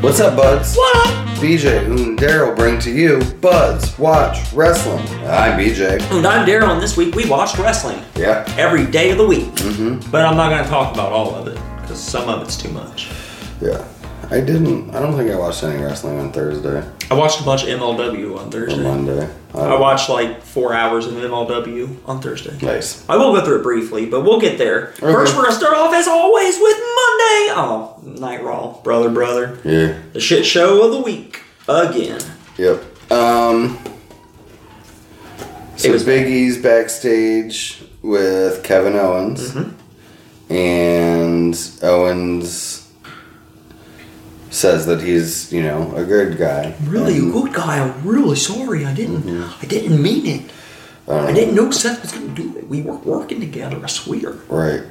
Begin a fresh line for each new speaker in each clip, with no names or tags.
What's up, buds?
What up?
BJ Oon and Daryl bring to you Buds Watch Wrestling. I'm BJ.
And I'm Daryl, and this week we watched wrestling
Yeah.
every day of the week. Mm-hmm. But I'm not going to talk about all of it because some of it's too much.
Yeah. I didn't, I don't think I watched any wrestling on Thursday
I watched a bunch of MLW on
or
Thursday.
Monday. Um,
I watched like four hours of MLW on Thursday.
Nice.
I will go through it briefly, but we'll get there. First, we're going to start off as always with Monday. Oh, Night Raw, brother, brother.
Yeah.
The shit show of the week again.
Yep. Um. So
It was-
Big E's backstage with Kevin Owens,
Mm-hmm.
and Owens says that he's you know a good guy.
Really good guy. I'm really sorry. I didn't. I didn't mean it. I didn't know Seth was going to do it. We were working together. I swear.
Right.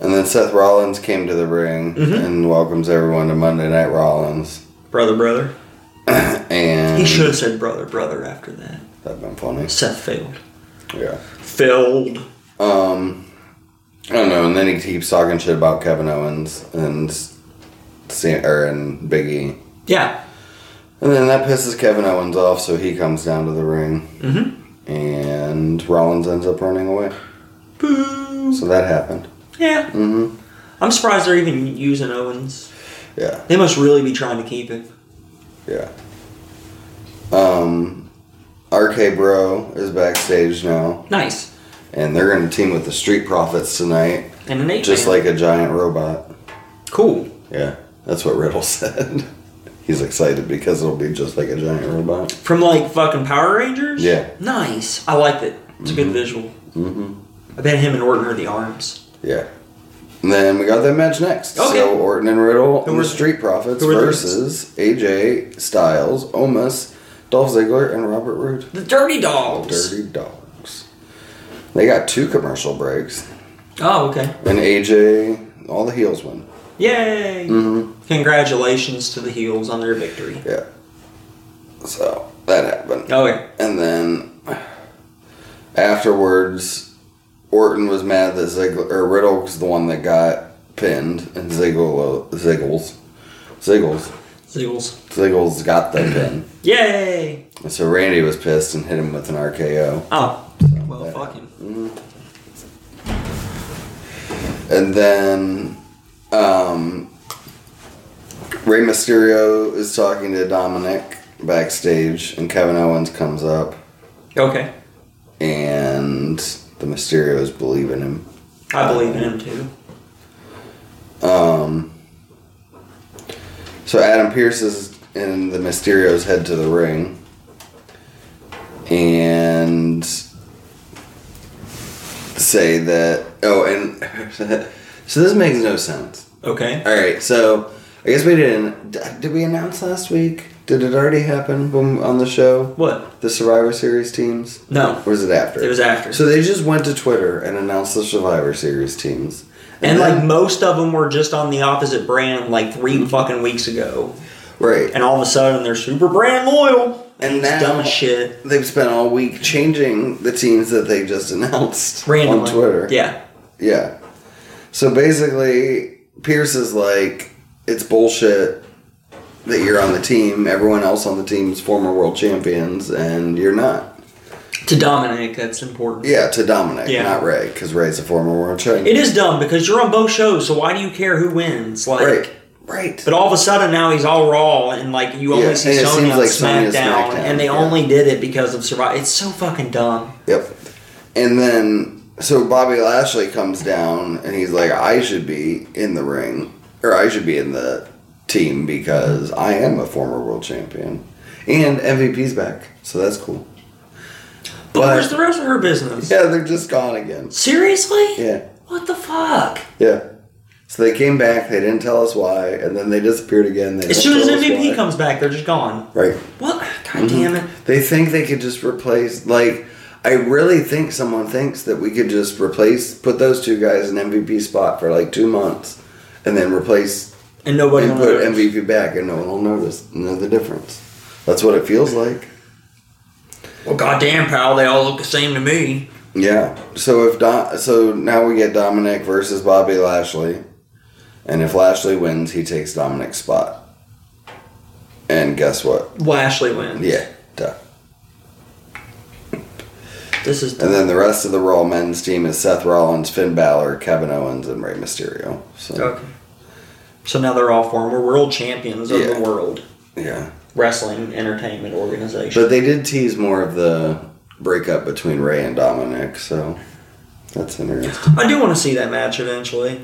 And then Seth Rollins came to the ring
Mm-hmm.
and welcomes everyone to Monday Night Rollins.
Brother, brother.
And
He should have said brother, brother after that.
That'd been funny.
Seth failed.
Yeah. Um,
Failed.
I don't know. And then he keeps talking shit about Kevin Owens and Sam or and Biggie.
Yeah.
And then that pisses Kevin Owens off, so he comes down to the ring. Mm-hmm. And Rollins ends up running away.
Boo.
So that happened.
Yeah. Mm-hmm. I'm surprised they're even using Owens.
Yeah,
They must really be trying to keep him.
yeah. Um, RK Bro is backstage now,
Nice.
and they're going to team with the Street Profits tonight,
And an eight.
just
man.
like a giant robot.
cool.
Yeah, that's what Riddle said. He's excited because it'll be just like a giant robot.
From like fucking Power Rangers?
Yeah.
Nice. I liked it. It's a good visual. Mm-hmm. I bet him and Orton are the arms.
Yeah. And then we got that match next.
Okay.
So Orton and Riddle
Who
and
were-
the Street Profits
who were the-
versus AJ Styles, Omus, Dolph Ziggler, and Robert Roode.
The Dirty Dogs.
Dirty dogs. They got two commercial breaks,
Oh, okay.
and AJ, all the heels win.
Yay!
Mm-hmm.
Congratulations to the heels on their victory.
Yeah. So that happened.
Okay.
And then afterwards, Orton was mad that Ziggler or Riddle was the one that got pinned, and Ziggler, Ziggles, Ziggles,
Seagulls.
Ziggles got the pin.
Yay!
And So Randy was pissed and hit him with an RKO.
Oh. Well, fuck him.
And then um, Rey Mysterio is talking to Dominic backstage, and Kevin Owens comes up,
Okay.
and the Mysterios believe in him.
I believe in him too.
Um, So Adam Pierce is and the Mysterios head to the ring, and say that. Oh, and so this makes no sense.
Okay.
All right, so I guess we didn't. d- Did we announce last week? Did it already happen when, on the show?
What?
The Survivor Series teams?
No.
Or was it after?
It was after.
So they just went to Twitter and announced the Survivor Series teams.
And like
then-
most of them were just on the opposite brand like three
Mm-hmm.
fucking weeks ago,
right.
and all of a sudden they're super brand loyal.
And
it's
now-
dumb as shit.
They've spent all week changing the teams that they just announced
Randomly.
on Twitter.
Yeah.
Yeah. So basically, Pierce is like, it's bullshit that you're on the team. Everyone else on the team's former world champions, and you're not.
To Dominic, that's important.
Yeah, to Dominic,
Yeah.
not Ray, because Ray's a former world champion.
It is dumb because you're on both shows, so why do you care who wins? Like,
Right, right.
But all of a sudden now he's all raw and like you only
Yeah,
see
and it
Sonya
seems
on
like
SmackDown,
Sonya's SmackDown,
and they
yeah.
only did it because of Survivor. It's so fucking dumb.
Yep. And then, so Bobby Lashley comes down, and he's like, "I should be in the ring, or I should be in the team because I am a former world champion, and MVP's back, so that's cool."
But,
But-
where's the rest of her business?
Yeah, they're just gone again.
Seriously?
Yeah,
What the fuck?
yeah. So they came back. They didn't tell us why, and then they disappeared again. They
As soon
didn't
as
tell us
MVP
why. Mm-hmm.
comes back, they're just gone.
right.
What? God damn it.
They think they could just replace like I really think someone thinks that we could just replace put those two guys in MVP spot for like two months and then replace
And nobody
and put
knows.
MVP back and no one will notice know the difference. That's what it feels like.
Well, goddamn, pal, they all look the same to me.
Yeah. So if Don, so now we get Dominic versus Bobby Lashley, and if Lashley wins, he takes Dominic's spot. guess what?
Lashley wins.
Yeah, duh.
This is
And then the rest of the Raw men's team is Seth Rollins, Finn Balor, Kevin Owens, and Rey Mysterio. So
okay. So now they're all former world champions of
Yeah.
the world
yeah,
wrestling entertainment organization.
but they did tease more of the breakup between Rey and Dominic. So that's interesting. Mm-hmm.
I do want to see that match eventually.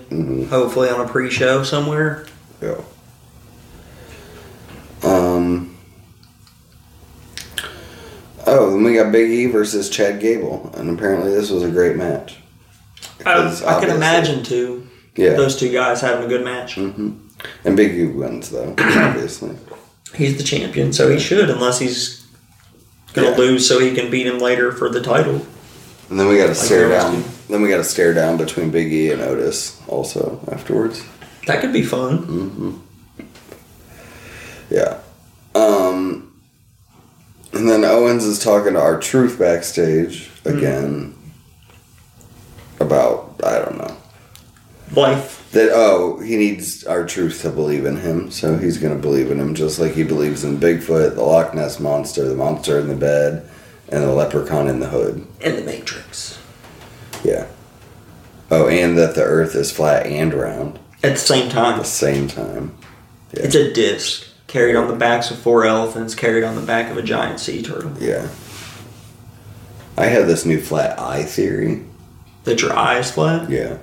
Hopefully on a pre-show somewhere.
Yeah. Um. Oh, then we got Big E versus Chad Gable, and apparently this was a great match.
I,
Because
I can
obviously-
imagine too.
Yeah, Mm-hmm.
Those two guys having a good match.
and Big E wins though, obviously.
He's the champion, so he should, unless he's gonna
Yeah.
lose, so he can beat him later for the title.
And then we got a stare
there was
down.
two.
Then we got a stare down between Big E and Otis also afterwards.
That could be fun.
Yeah. Um. And then Owens is talking to our truth backstage again about I don't know
Life.
that oh he needs our truth to believe in him so he's gonna believe in him just like he believes in Bigfoot, the Loch Ness monster, the monster in the bed, and the leprechaun in the hood.
and the Matrix
Yeah. Oh, and that the Earth is flat and round
at the same
at
time.
the same time.
It's a disc carried on the backs of four elephants, carried on the back of a giant sea turtle.
Yeah. I have this new flat eye theory.
That your eyes flat.
Yeah.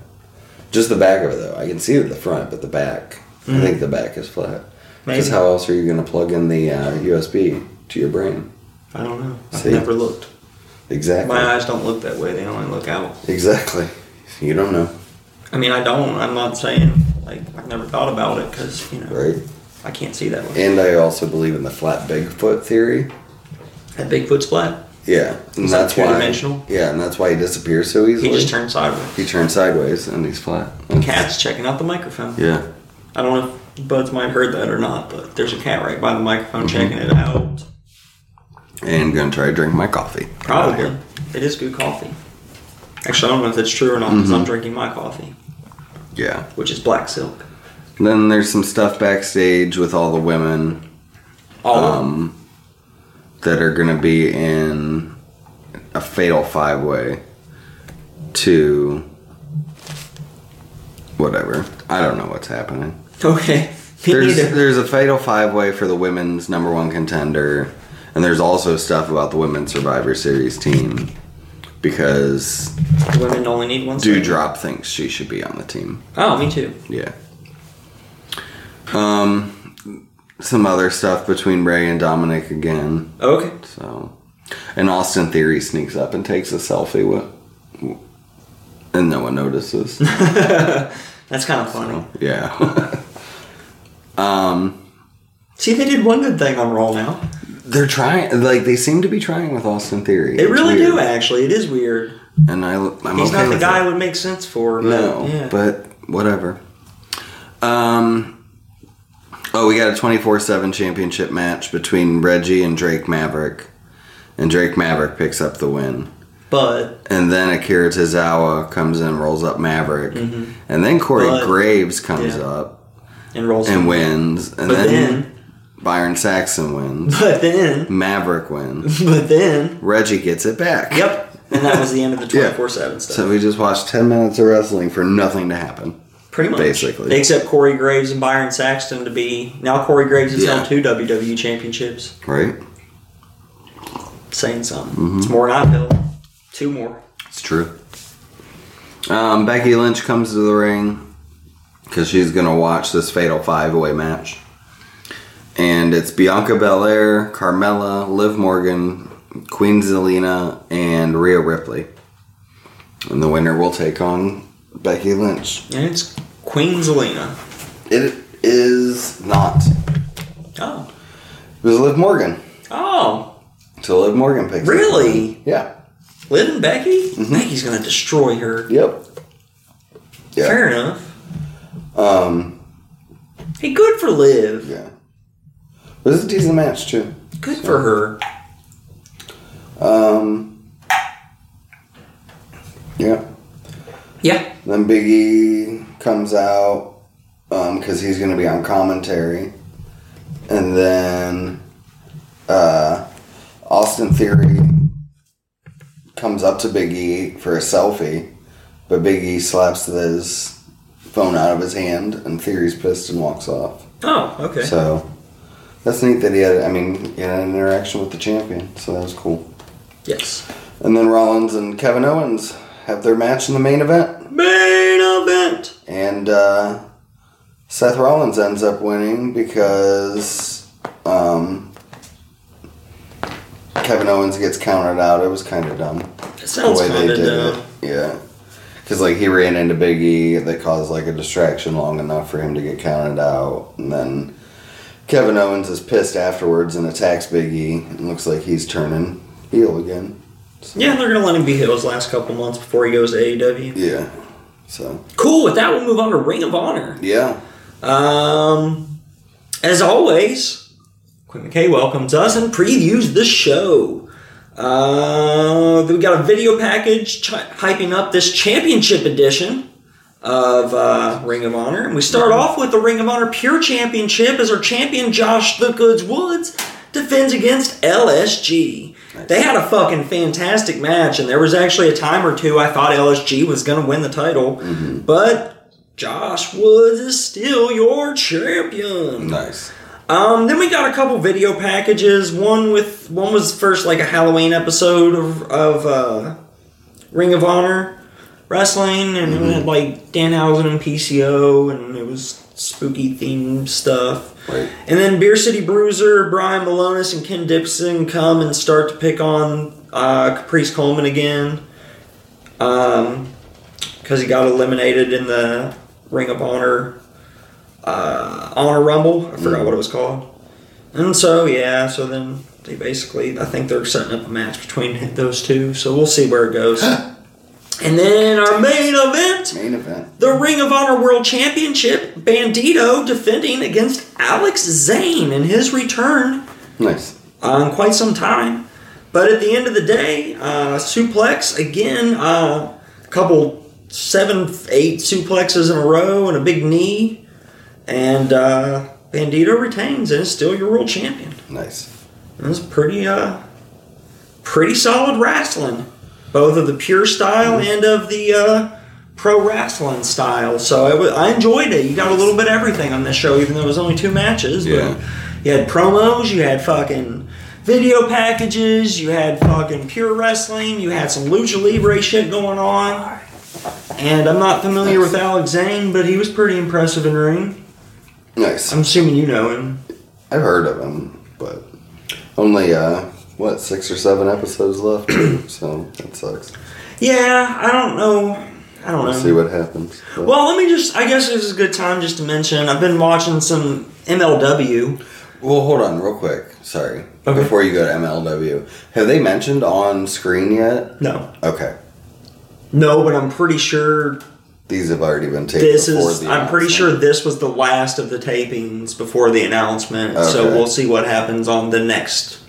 Just the back of it though. I can see the front, but the back. I think the back is flat. Because
Mm. Maybe.
how else are you going to plug in the uh, USB to your brain?
I don't know. I've
See?
never looked.
Exactly.
My eyes don't look that way. They only look out.
Exactly. You don't know,
I mean, I don't. I'm not saying like I've never thought about it because you know
right?
I can't see that way.
And I also believe in the flat Bigfoot theory.
That Bigfoot's flat.
Yeah, and
Is that
that's why.
two-dimensional?
Yeah, and that's why he disappears so easily.
He just turned sideways.
He turns sideways and he's flat.
Cat's checking out the microphone.
Yeah.
I don't know if Buds might have heard that or not, but there's a cat right by the microphone
Mm-hmm.
checking it out.
And gonna try to drink my coffee.
Probably. It is good coffee. Actually, I don't know if that's true or not because
Mm-hmm.
I'm drinking my coffee,
Yeah.
which is black silk.
Then there's some stuff backstage with all the women
All of them.
um, that are going to be in a fatal five way to whatever. I don't know what's happening.
Okay. Me
There's
neither.
there's a fatal five way for the women's number one contender, and there's also stuff about the women's Survivor Series team because
Women only need one. second.
Dewdrop thinks she should be on the team.
Oh, me too.
Yeah. Um, some other stuff between Ray and Dominic again.
Okay.
So, and Austin Theory sneaks up and takes a selfie with, and no one notices.
That's kind of funny.
yeah. um,
See, they did one good thing on Raw now.
they're trying. Like they seem to be trying with Austin Theory.
They
It's
really do,
weird.
actually. It is weird.
And I, I'm
He's
okay
not the
with
guy
it.
it would make sense for.
No,
yeah.
but whatever. Um. Oh, we got a twenty-four-seven championship match between Reggie and Drake Maverick, and Drake Maverick picks up the win.
but
And then Akira Tozawa comes in, rolls up Maverick, and then Corey
Mm-hmm. But-
Graves comes
yeah.
up
and rolls.
and wins, and
but
then,
then,
Byron Saxon wins,
but then,
Maverick wins,
but then.
Reggie gets it back.
Yep. And that was the end of the
Yeah.
24 7 stuff.
So we just watched ten minutes of wrestling for nothing to happen.
Pretty much.
basically.
They accept Corey Graves and Byron Saxton to be. Now Corey Graves has
Yeah.
held two WWE championships.
Right?
Saying something.
Mm-hmm.
It's more than I've held. Two more.
It's true. Um, Becky Lynch comes to the ring because she's going to watch this Fatal Five Way match. And it's Bianca Belair, Carmella, Liv Morgan, Queen Zelina, and Rhea Ripley. And the winner will take on Becky Lynch.
And it's Queen Zelina.
It is not. It
Oh.
was Liv Morgan.
Oh.
So Liv Morgan picks. it.
Really?
Yeah.
Liv and Becky?
Mm-hmm.
Becky's going to destroy her.
Yep. Yeah.
Fair enough.
Um,
Hey, good for Liv.
yeah. It was a decent match, too.
Good for her.
Um, yeah.
Yeah.
Then Big um, E comes out because he's going to be on commentary. and then uh, Austin Theory comes up to Big E for a selfie, but Big E slaps his phone out of his hand, and Theory's pissed and walks off.
Oh, okay.
So that's neat that he had. I mean, he had an interaction with the champion, so that was cool.
yes.
And then Rollins and Kevin Owens have their match in the main event,
Main event.
and uh, Seth Rollins ends up winning because um, Kevin Owens gets counted out. It was kind of dumb.
It sounds kind of dumb.
it. Yeah. Because, like, he ran into Big E. They caused, like, a distraction long enough for him to get counted out. And then Kevin Owens is pissed afterwards and attacks Big E. And looks like he's turning heel again.
Yeah, they're gonna let him be hit his last couple months before he goes to AEW.
Yeah. So,
Cool. With that, we'll move on to Ring of Honor.
yeah.
Um, as always, Quinn McKay welcomes us and previews the show. Uh, we got a video package ch- hyping up this championship edition of uh, Ring of Honor, and we start off with the Ring of Honor Pure Championship as our champion Josh the Goods Woods defends against LSG. They had a fucking fantastic match, and there was actually a time or two I thought LSG was gonna win the title, but Josh Woods is still your champion.
Nice.
Um, then we got a couple video packages. One with one was first like a Halloween episode of, of uh, Ring of Honor wrestling, and it had like Danhausen and PCO, and it was spooky themed stuff.
Right.
And then Beer City Bruiser, Brian Malonis, and Ken Dixon come and start to pick on uh, Caprice Coleman again, um, because he got eliminated in the Ring of Honor uh, Honor Rumble. I forgot what it was called. And so yeah, so then they basically I think they're setting up a match between those two. So we'll see where it goes. and then our main event,
Main event.
the Ring of Honor World Championship, Bandito defending against Alex Zane in his return
Nice.
uh, in quite some time. But at the end of the day, uh, suplex again, uh, a couple seven, eight suplexes in a row and a big knee. And uh, Bandito retains and is still your world champion.
Nice.
And it's pretty, uh, pretty solid wrestling, both of the pure style
Mm-hmm.
and of the uh, pro wrestling style. So I wa- I enjoyed it. You got a little bit of everything on this show, even though it was only two matches. but
Yeah.
you had promos, you had fucking video packages, you had fucking pure wrestling, you had some lucha libre shit going on. And I'm not familiar with Alex Zane, but he was pretty impressive in ring.
Nice.
I'm assuming you know him.
I've heard of him, but only, uh, what, six or seven episodes left? so that sucks.
Yeah, I don't know. I don't know.
We'll see what happens. but-
Well, let me just. I guess this is a good time just to mention. I've been watching some MLW.
Well, hold on, real quick. Sorry.
Okay.
Before you go to MLW, have they mentioned on screen yet?
No,
Okay,
no, but I'm pretty sure
these have already been taken.
this
before
is.
the
I'm pretty sure
announcement.
this was the last of the tapings before the announcement. So
Okay.
we'll see what happens on the next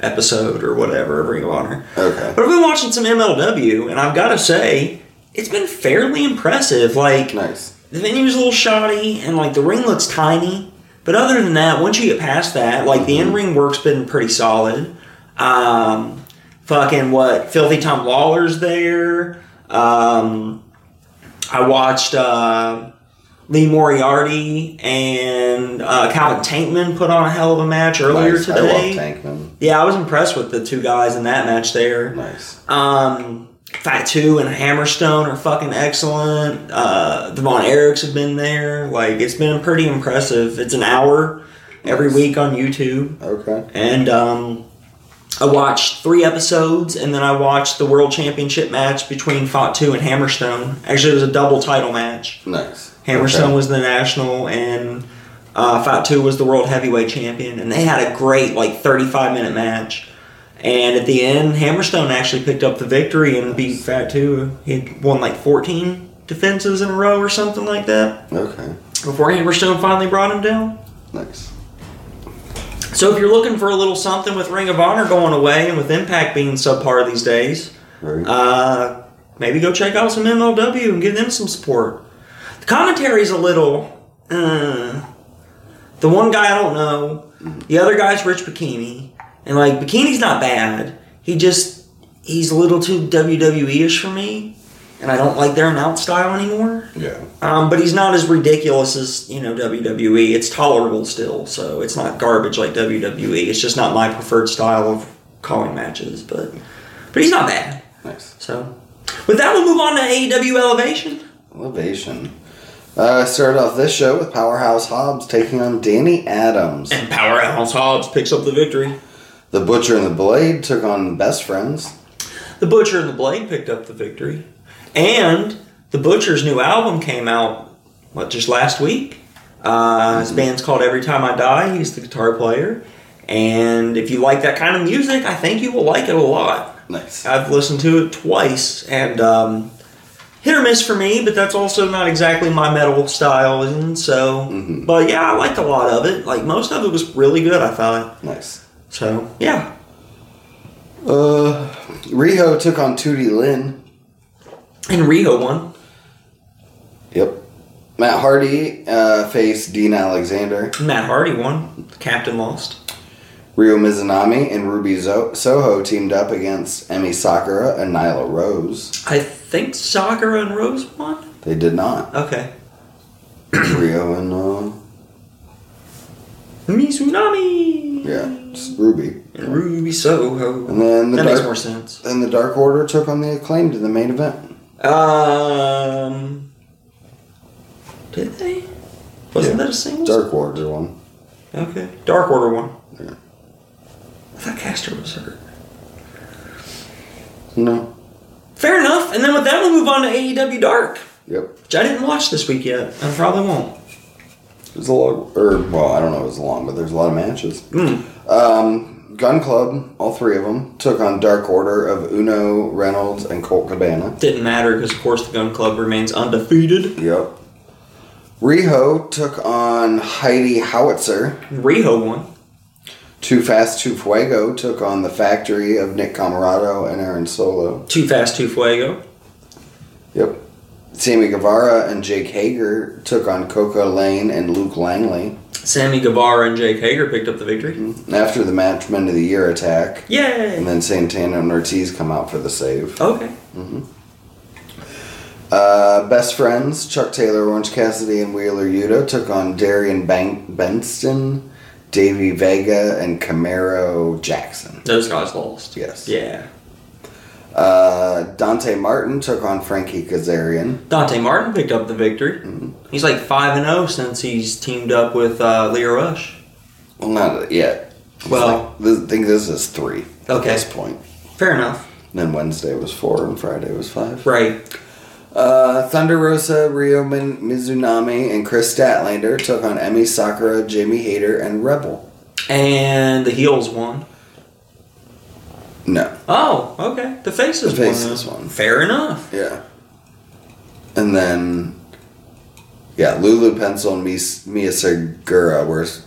episode or whatever of Ring of Honor.
Okay.
But I've been watching some MLW, and I've got to say, it's been fairly impressive. Like
Nice.
the venue's a little shoddy and like the ring looks tiny but other than that once you get past that like the in-ring work's been pretty solid um fucking what filthy tom lawler's there um i watched uh Lee Moriarty and uh, Calvin Tankman put on a hell of a match earlier
nice.
today.
I love Tankman.
Yeah, I was impressed with the two guys in that match there.
Nice.
Um, Fatu and Hammerstone are fucking excellent. Uh, Devon Erics have been there. Like, it's been pretty impressive. It's an hour every week on YouTube.
Okay.
And um, I watched three episodes, and then I watched the World Championship match between Fatu and Hammerstone. Actually, it was a double title match.
Nice.
Hammerstone
Okay.
was the national, and uh, Fatu was the world heavyweight champion, and they had a great like 35 minute match. And at the end, Hammerstone actually picked up the victory and beat Fatu. He had won like 14 defenses in a row or something like that
Okay.
before Hammerstone finally brought him down.
Nice.
So if you're looking for a little something with Ring of Honor going away and with Impact being subpar these days,
Very.
uh, maybe go check out some MLW and give them some support. The commentary's a little. Uh, The one guy I don't know. The other guy's Rich Bikini, and like Bikini's not bad. He just he's a little too WWE ish for me, and I don't like their announce style anymore.
Yeah.
Um, but he's not as ridiculous as you know WWE. It's tolerable still, so it's not garbage like WWE. It's just not my preferred style of calling matches, but but he's not bad.
Nice.
So with that, we'll move on to AEW Elevation.
Elevation. Uh, started off this show with Powerhouse Hobbs taking on Danny Adams.
And Powerhouse Hobbs picks up the victory.
The Butcher and the Blade took on Best Friends.
The Butcher and the Blade picked up the victory, and the Butcher's new album came out what just last week. Uh, His band's called Every Time I Die. He's the guitar player, and if you like that kind of music, I think you will like it a lot.
Nice.
I've listened to it twice, and um, hit or miss for me, but that's also not exactly my metal style, and so.
Mm-hmm.
But yeah, I liked a lot of it. Like most of it was really good, I thought.
Nice.
So yeah,
Uh, Riho took on Tootie Lynn.
and Rio won.
Yep. Matt Hardy uh, faced Dean Alexander.
Matt Hardy won. The captain lost.
Ryo Mizunami and Ruby Zo- Soho teamed up against Emmy Sakura and Nyla Rose.
I think Sakura and Rose won.
They did not.
Okay.
Ryo and uh,
Mizunami.
yeah, it's Ruby.
And Ruby Soho.
And then the
that makes more
Dark,
sense.
then the Dark Order took on the acclaimed in the main event.
Um. Did they? Wasn't
Yeah.
that a singles?
Dark Order one.
Okay. Dark Order won.
Yeah.
I thought Castor was hurt.
No.
Fair enough. And then with that, we'll move on to AEW Dark,
Yep.
which I didn't watch this week yet, and probably won't.
There's a lot. Or well, I don't know. if It was long, but there's a lot of matches.
Mm.
Um, Gun Club, all three of them, took on Dark Order of Uno, Reynolds, and Colt Cabana.
Didn't matter because, of course, the Gun Club remains undefeated.
Yep. Riho took on Heidi Howitzer.
Riho won.
Too Fast Too Fuego took on the factory of Nick Camarado and Aaron Solo.
Too fast, too fuego.
Yep. Sammy Guevara and Jake Hager took on Coco Lane and Luke Langley.
Sammy Guevara and Jake Hager picked up the victory.
After the matchman of the year attack, and
Yay!
then Santana and Ortiz come out for the save.
Okay.
Uh, best friends Chuck Taylor, Orange Cassidy, and Wheeler Yuta took on Darian Bank- Benston, Davey Vega, and Camaro Jackson.
Those guys lost.
Yes.
Yeah.
Uh, Dante Martin took on Frankie Kazarian.
Dante Martin picked up the victory. He's like 5 and 0 since he's teamed up with uh, Leo Rush.
Well, not yet.
Well-
It's like- I think this is three at
Okay.
this point.
Fair enough.
Then Wednesday was four and Friday was five.
Right.
Uh, Thunder Rosa, Rio Min- Mizunami, and Chris Statlander took on Emmy Sakura, Jamie Hayter, and Rebel.
And the heels won.
No,
Oh, okay. The faces,
The faces
won.
won.
Fair enough.
yeah. And then, yeah, Lulu Pencil and Mis- Mia Segura were s-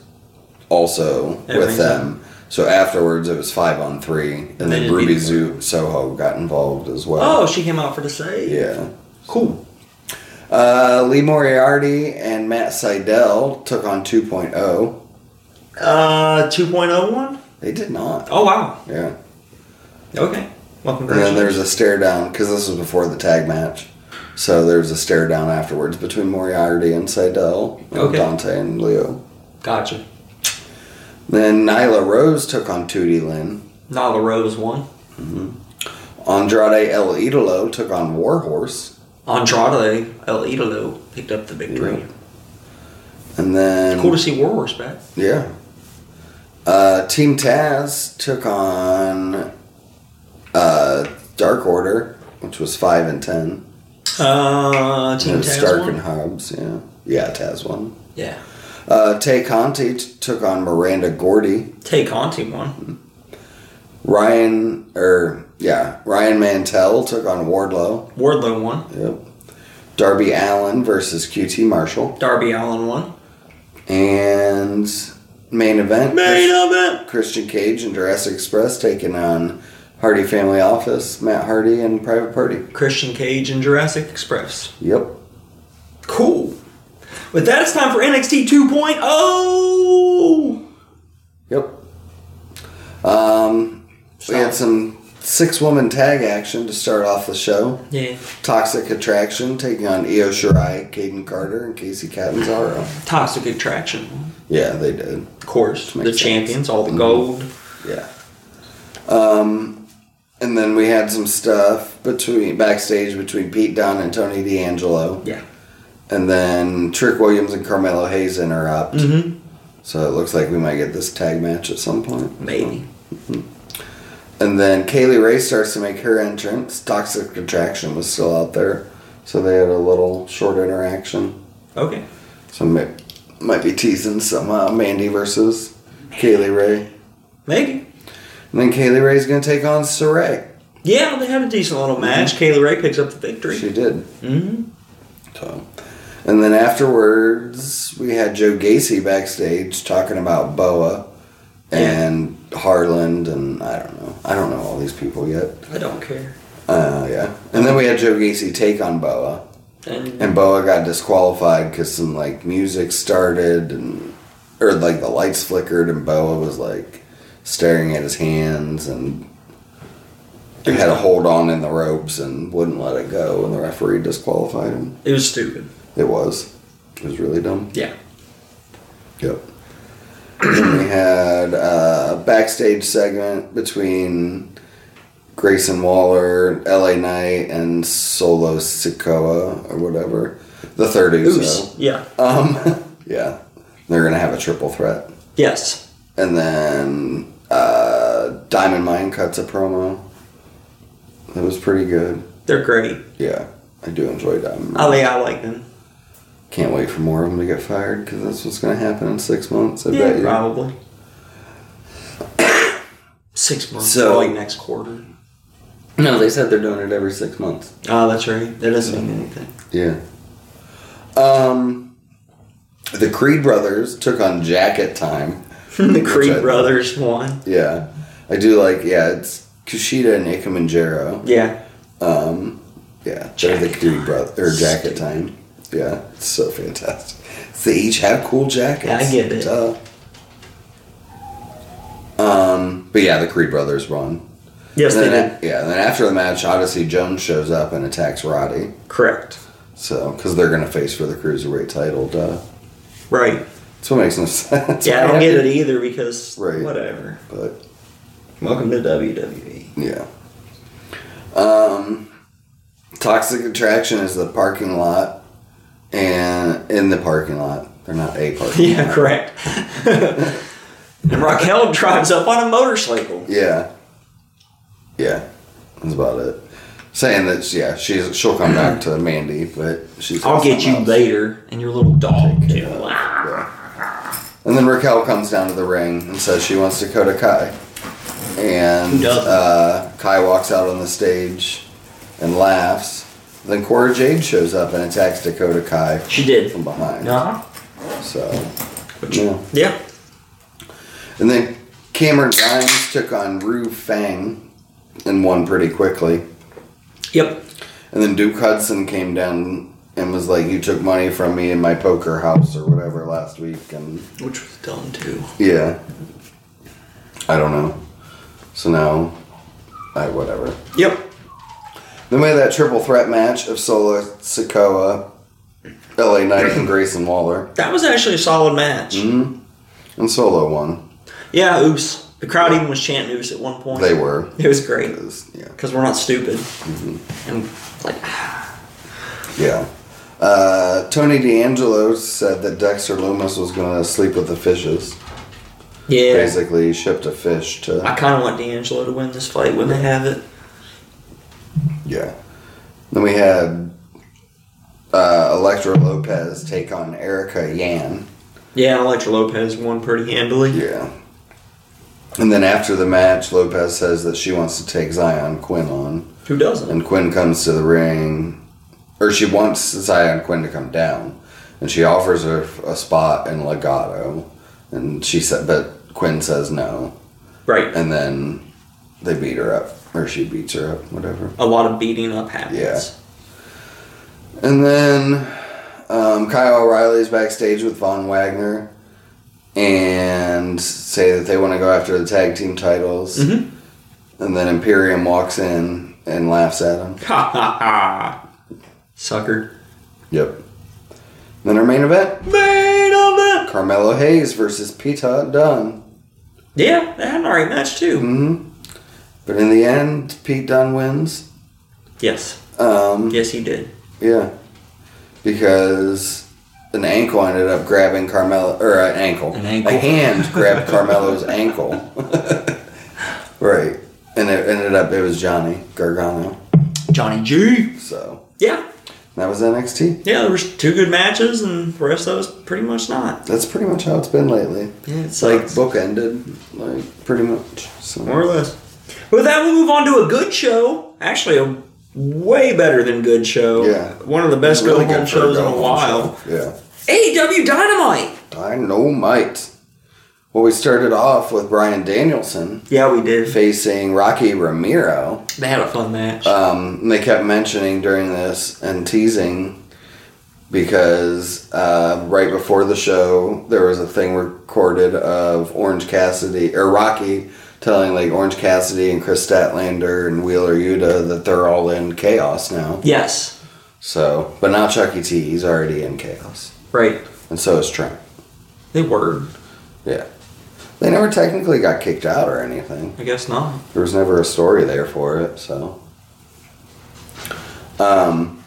also
Everything's
with them. So afterwards, it was five on three, and
They
then
didn't
Ruby
beat
Zoo Soho got involved as well.
Oh, she came out for the save.
yeah.
Cool.
Uh, Lee Moriarty and Matt Seidel took on 2.0.
Uh, 2.01?
They did not.
Oh, wow.
Yeah.
Okay. Well,
And then
congratulations.
there's a stare down because this was before the tag match. So there's a stare down afterwards between Moriarty and Seidel and
Okay.
Dante and Leo.
Gotcha.
Then Nyla Rose took on Tootie Lynn.
Nala Rose won.
Andrade El Idolo took on Warhorse.
Andrade El Idolo picked up the victory.
Yeah. And then.
Cool to see Warhorse back.
Yeah. Uh, Team Taz took on uh, Dark Order, which was five and ten.
Uh,
It
Team
was
Taz
Stark
won?
and Hobbs. Yeah, yeah, Taz won.
Yeah.
Uh, Tay Conti t- took on Miranda Gordy.
Tay Conti won.
Ryan or yeah, Ryan Mantell took on Wardlow.
Wardlow won.
Yep. Darby Allen versus QT Marshall
Darby Allen won.
and main event.
event.
Christian Cage and Jurassic Express taking on Hardy Family Office, Matt Hardy, and Private Party.
Christian Cage and Jurassic Express.
Yep.
Cool. With that, it's time for NXT 2.0. oh!
Um, had some six woman tag action to start off the show.
Yeah.
Toxic Attraction taking on Io Shirai, Caden Carter, and Casey Catanzaro.
Toxic Attraction.
Yeah, they did.
Of course.
Makes
the
sense.
champions, all the gold.
Yeah. Um, and then we had some stuff between backstage between Pete Dunne and Tony D'Angelo,
Yeah.
and then Trick Williams and Carmelo Hayes interrupt.
Mm-hmm.
So it looks like we might get this tag match at some point.
Maybe.
And then Kaylee Ray starts to make her entrance. Toxic Attraction was still out there, so they had a little short interaction.
Okay.
So mi- might be teasing some uh, Mandy versus Kaylee Ray.
Maybe.
And then Kaylee Ray's gonna take on Saray.
Yeah, they had a decent little match. Kayla Ray picks up the victory.
She did.
mm-hmm.
So. And then afterwards, we had Joe Gacy backstage talking about Boa and Harland, and I don't know. I don't know all these people yet.
I don't care.
Uh, yeah. And then we had Joe Gacy take on Boa,
And
and Boa got disqualified because some like music started and or like the lights flickered, and Boa was like staring at his hands and had a hold on in the ropes and wouldn't let it go, and the referee disqualified him.
it was stupid.
It was. It was really dumb.
Yeah.
Yep. Then we had a backstage segment between Grayson Waller, LA Knight, and Solo Sikoa, or whatever. The third Uso.
Oops. Yeah.
Um, yeah. They're going to have a triple threat.
Yes.
And then uh, Diamond Mine cuts a promo. That was pretty good.
They're great.
Yeah. I do enjoy Diamond Mine.
Ali, I like them.
Can't wait for more of them to get fired because that's what's going to happen in six months. I bet you.
probably. Six months.
So-
probably next quarter.
No, they said they're doing it every six months.
Oh, that's right. That doesn't mean anything.
Yeah. Um, the Creed brothers took on Jacket Time.
the Creed
I-
brothers won.
Yeah, I do like. Yeah, it's Kushida and Ikemanjaro.
Yeah.
Um, yeah, they're the
Jacket
Creed
Time.
brothers or Jacket Time. Yeah, it's so fantastic. They each have cool jackets.
I get it.
Duh. Um, but yeah, the Creed brothers won.
Yes, they
And
did.
then, yeah, and then after the match, Odyssey Jones shows up and attacks Roddy.
Correct.
So, because they're gonna face for the cruiserweight title, duh.
Right.
So it makes no sense.
Yeah, I don't get it e- either because
Right.
whatever.
But
Welcome to E. WWE.
yeah. Um, toxic attraction is the parking lot, and in the parking lot, they're not a parking.
Yeah,
lot.
correct. and Raquel drives up on a motorcycle.
Yeah. Yeah, that's about it. Saying that yeah, she's she'll come back to Mandy, but she's.
I'll get you
else.
later and your little dog too.
And then Raquel comes down to the ring and says she wants to go to Kai.
Who
And
doesn't?
uh, Kai walks out on the stage and laughs. Then Cora Jade shows up and attacks Dakota Kai
She did.
from behind.
Uh-huh.
So,
But you-
yeah.
Yeah.
And then Cameron Grimes took on Rue Fang and won pretty quickly.
Yep.
And then Duke Hudson came down and was like, You took money from me in my poker house or whatever last week. And
Which was dumb too.
Yeah. I don't know. So now, I whatever.
Yep.
Then we had that triple threat match of Solo Sikoa, LA Knight, and Grayson Waller.
That was actually a solid match.
hmm And Solo won.
Yeah, oops. The crowd even was chanting oops at one point.
They were.
It was great.
'Cause, Yeah.
Because we're not stupid.
Mm-hmm.
And like,
Yeah. Uh, Tony D'Angelo said that Dexter Loomis was going to sleep with the fishes.
yeah.
Basically, he shipped a fish to.
I kind of want D'Angelo to win this fight when they have it.
Yeah. Then we had uh, Electra Lopez take on Erica Yan.
Yeah, Electra Lopez won pretty handily.
Yeah. And then after the match, Lopez says that she wants to take Zion Quinn on.
Who doesn't?
And Quinn comes to the ring, or she wants Zion Quinn to come down. And she offers her a spot in Legato. And she said, but Quinn says no.
Right.
And then they beat her up, or she beats her up, whatever.
A lot of beating up happens.
Yeah. And then um, Kyle O'Reilly's backstage with Von Wagner and say that they want to go after the tag team titles.
Mhm.
And then Imperium walks in and laughs at him.
Ha ha ha. Sucker.
Yep. Then our main event
Main event.
Carmelo Hayes versus Pita Dunn.
Yeah, they had an alright match too.
hmm But in the end, Pete Dunn wins.
Yes.
Um,
Yes, he did.
Yeah, because an ankle ended up grabbing Carmelo, or an ankle,
An ankle.
a hand grabbed Carmelo's ankle. right, and it ended up it was Johnny Gargano.
Johnny G.
So
Yeah.
that was NXT.
Yeah, there was two good matches and the rest of it was pretty much not.
That's pretty much how it's been lately.
Yeah, it's
Like
like
bookended, like pretty much.
more
So
or less. With that, we move on to a good show. Actually, a way better than good show.
Yeah.
One of the best
Really
go home
good for a
shows in a
go-home
while.
show. Yeah.
AEW Dynamite.
Dynamite. Well, we started off with Brian Danielson
Yeah, we did.
facing Rocky Ramiro.
They had a fun match.
Um, and they kept mentioning during this and teasing because uh, right before the show there was a thing recorded of Orange Cassidy or Rocky telling like Orange Cassidy and Chris Statlander and Wheeler Yuta that they're all in chaos now.
yes.
So, but now Chucky T, he's already in chaos,
Right.
and so is Trent.
They were.
Yeah, they never technically got kicked out or anything.
I guess not.
There was never a story there for it, so. Um,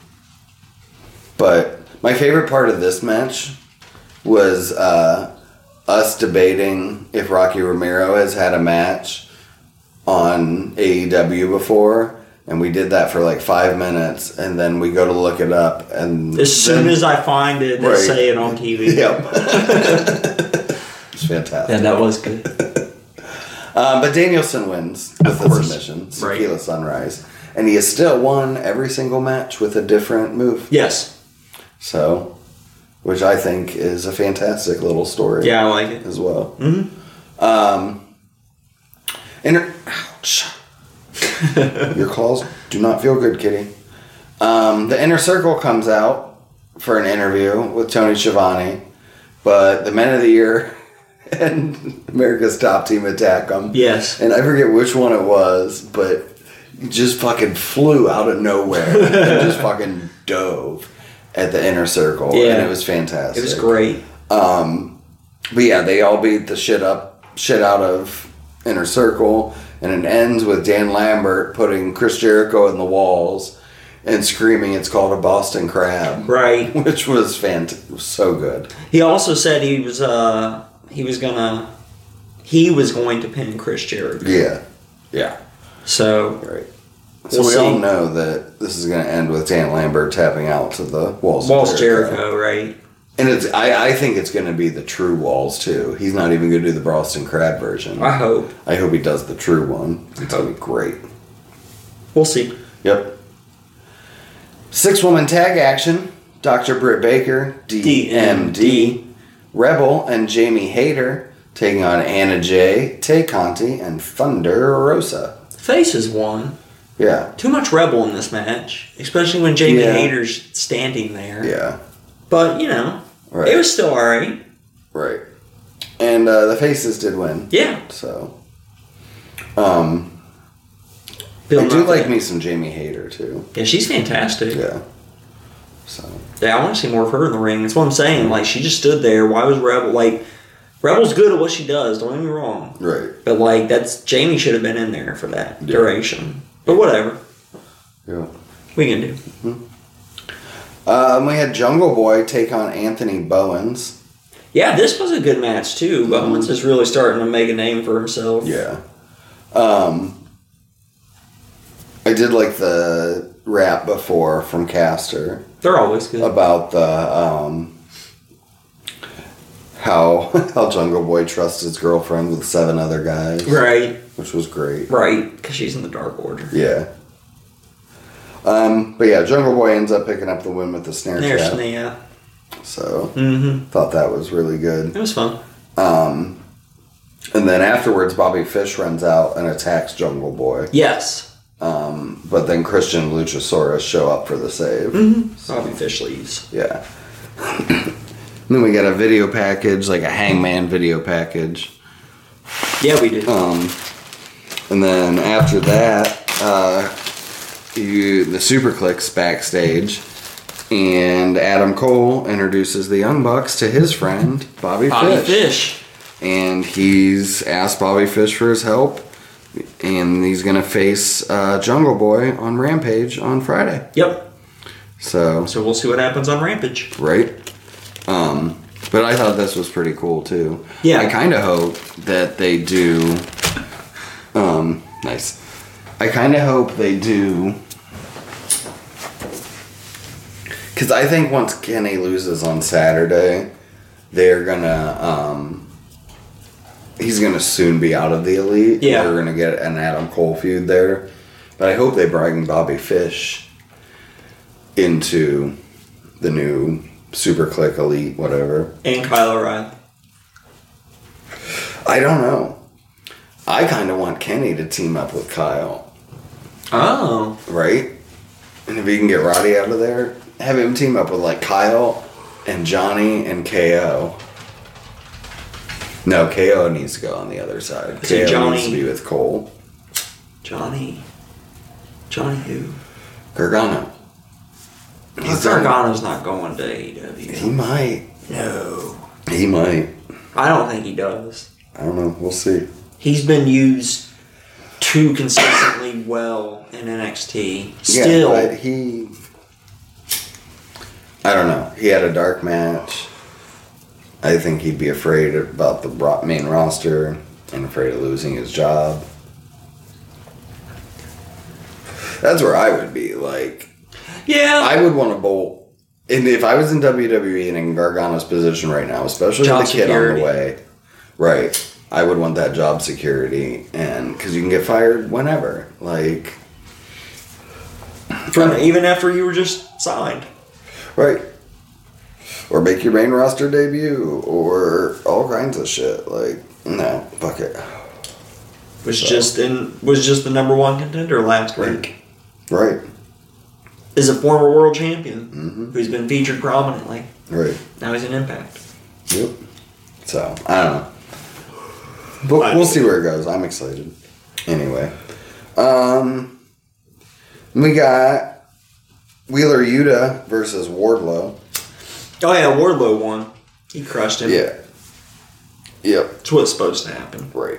but my favorite part of this match was uh, us debating if Rocky Romero has had a match on AEW before, and we did that for like five minutes, and then we go to look it up, and
As soon as I find it, they
Right.
say it on TV.
yep, it's fantastic.
Yeah, that was good.
Um, but Danielson wins with the
course.
submission,
Right.
Tequila Sunrise, and he has still won every single match with a different move.
yes.
So, which I think is a fantastic little story.
Yeah, I like it.
as well.
Mhm.
Um, inter- ouch. Your calls do not feel good, Kitty. Um, the inner circle comes out for an interview with Tony Schiavone, but the men of the year and America's top team attack them.
Yes.
And I forget which one it was, but it just fucking flew out of nowhere. and just fucking dove at the inner circle.
Yeah.
And it was fantastic.
It was great.
Um, but yeah, they all beat the shit up, shit out of Inner Circle, and it ends with Dan Lambert putting Chris Jericho in the walls and screaming, "It's called a Boston Crab,"
Right.
which was fant- so good.
He also said he was uh he was gonna he was going to pin Chris Jericho.
Yeah, yeah,
So
right. So
We'll
we all
see.
know that this is going to end with Dan Lambert tapping out to the walls. of
Walls Jericho, right?
and it's I, I think it's going to be the true walls too. He's not even going to do the Boston Crab version.
I hope.
I hope he does the true one. It's going to be great.
We'll see.
Yep. Six woman tag action. Dr. Britt Baker, DMD, Rebel, and Jamie Hayter taking on Anna Jay, Tay Conti, and Thunder Rosa.
Faces won.
Yeah,
Too much rebel in this match, especially when Jamie
Yeah.
Hayter's standing there.
yeah,
But you know,
right,
it was still alright.
right. And uh, the faces did win,
Yeah.
so. Um,
Bill
I do
Knight.
like me some Jamie Hayter too.
Yeah, she's fantastic. Yeah.
Yeah. So
I want to see more of her in the ring. That's what I'm saying. Like she just stood there. Why was Rebel like Rebel's good at what she does, don't get me wrong.
right.
But like that's Jamie should have been in there for that
Yeah.
duration. But whatever.
Yeah.
We can do.
Um, we had Jungle Boy take on Anthony Bowens.
Yeah, this was a good match too. Bowman's is really starting to make a name for himself.
Mm-hmm. Yeah. Um, I did like the rap before from Caster
They're always good.
about the um, how how Jungle Boy trusts his girlfriend with seven other guys,
right,
which was great.
right. Because she's in the Dark Order.
Yeah. Um, but yeah, Jungle Boy ends up picking up the win with the snare
There's
trap.
Nia.
So
Mm-hmm.
thought that was really good.
It was fun.
Um, and then afterwards, Bobby Fish runs out and attacks Jungle Boy.
Yes.
Um, but then Christian and Luchasaurus show up for the save.
Mm-hmm. Bobby Fish leaves.
Yeah. then we got a video package, like a hangman video package.
Yeah, we did.
Um, And then after that, uh, you the Super Clicks backstage, and Adam Cole introduces the Young Bucks to his friend Bobby,
Bobby
Fish.
Fish.
and he's asked Bobby Fish for his help, and he's gonna face uh, Jungle Boy on Rampage on Friday.
Yep.
So
So we'll see what happens on Rampage.
right? Um, but I thought this was pretty cool too.
Yeah.
I kind of hope that they do. Um, nice. I kind of hope they do. Because I think once Kenny loses on Saturday, they're gonna. Um, he's gonna soon be out of the elite.
Yeah.
We're gonna get an Adam Cole feud there. But I hope they bring Bobby Fish into the new Super Click Elite, whatever.
And Kyle O'Reilly.
I don't know. I kind of want Kenny to team up with Kyle,
Oh.
right? And if he can get Roddy out of there, have him team up with like Kyle and Johnny and KO. No, KO needs to go on the other side.
So
KO
Johnny-
needs to be with Cole.
Johnny. Johnny who?
Gargano.
He's Gargano's not going to AEW.
He might.
No.
He might.
I don't think he does.
I don't know. We'll see.
He's been used too consistently well in NXT. Still.
Yeah, but he. I don't know. He had a dark match. I think he'd be afraid about the ro- main roster and afraid of losing his job. That's where I would be. Like,
yeah.
I would want to bolt. And if I was in WWE and in Gargano's position right now, especially
Job
with the kid on
security.
the way, right? I would want that job security, and because you can get fired whenever. Like,
From even after you were just signed.
Right. Or make your main roster debut, or all kinds of shit. Like, no, fuck it.
Was just in was just the number one contender last
Right.
week.
Right,
Is a former world champion
Mhm.
who's been featured prominently.
right.
Now he's an impact.
Yep. So, I don't know. But
I-
we'll see where it goes. I'm excited. Anyway. Um, we got Wheeler Yuta versus Wardlow.
Oh yeah, Wardlow won. He crushed him.
Yeah. Yep,
It's what's supposed to happen.
right.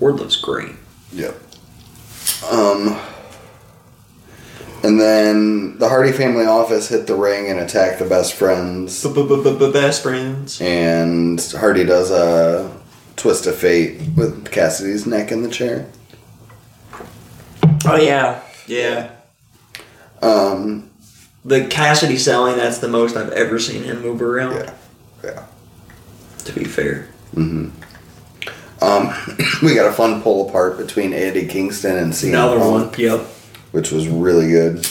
Wardlow's great.
Yep. Um, and then the Hardy family office hit the ring and attacked the best friends.
Best friends.
And Hardy does a twist of fate with Cassidy's neck in the chair.
Oh yeah. Yeah.
Um,
The Cassidy selling, that's the most I've ever seen him move around.
Yeah. Yeah.
To be fair.
um, we got a fun pull apart between Eddie Kingston and CM
Another
Punk,
one. Yep.
which was really good.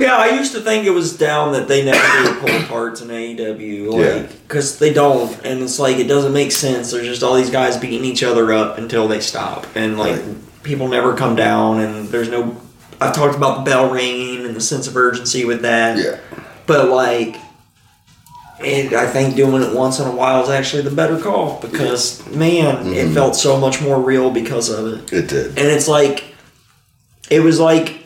Yeah, I used to think it was down that they never do pull parts in AEW,
Yeah.
like because they don't, and it's like it doesn't make sense. There's just all these guys beating each other up until they stop, and like people never come down, and there's no. I've talked about the bell ringing and the sense of urgency with that,
Yeah.
but like, and I think doing it once in a while is actually the better call because man, it
Mm-hmm.
felt so much more real because of it
It did.
and it's like it was like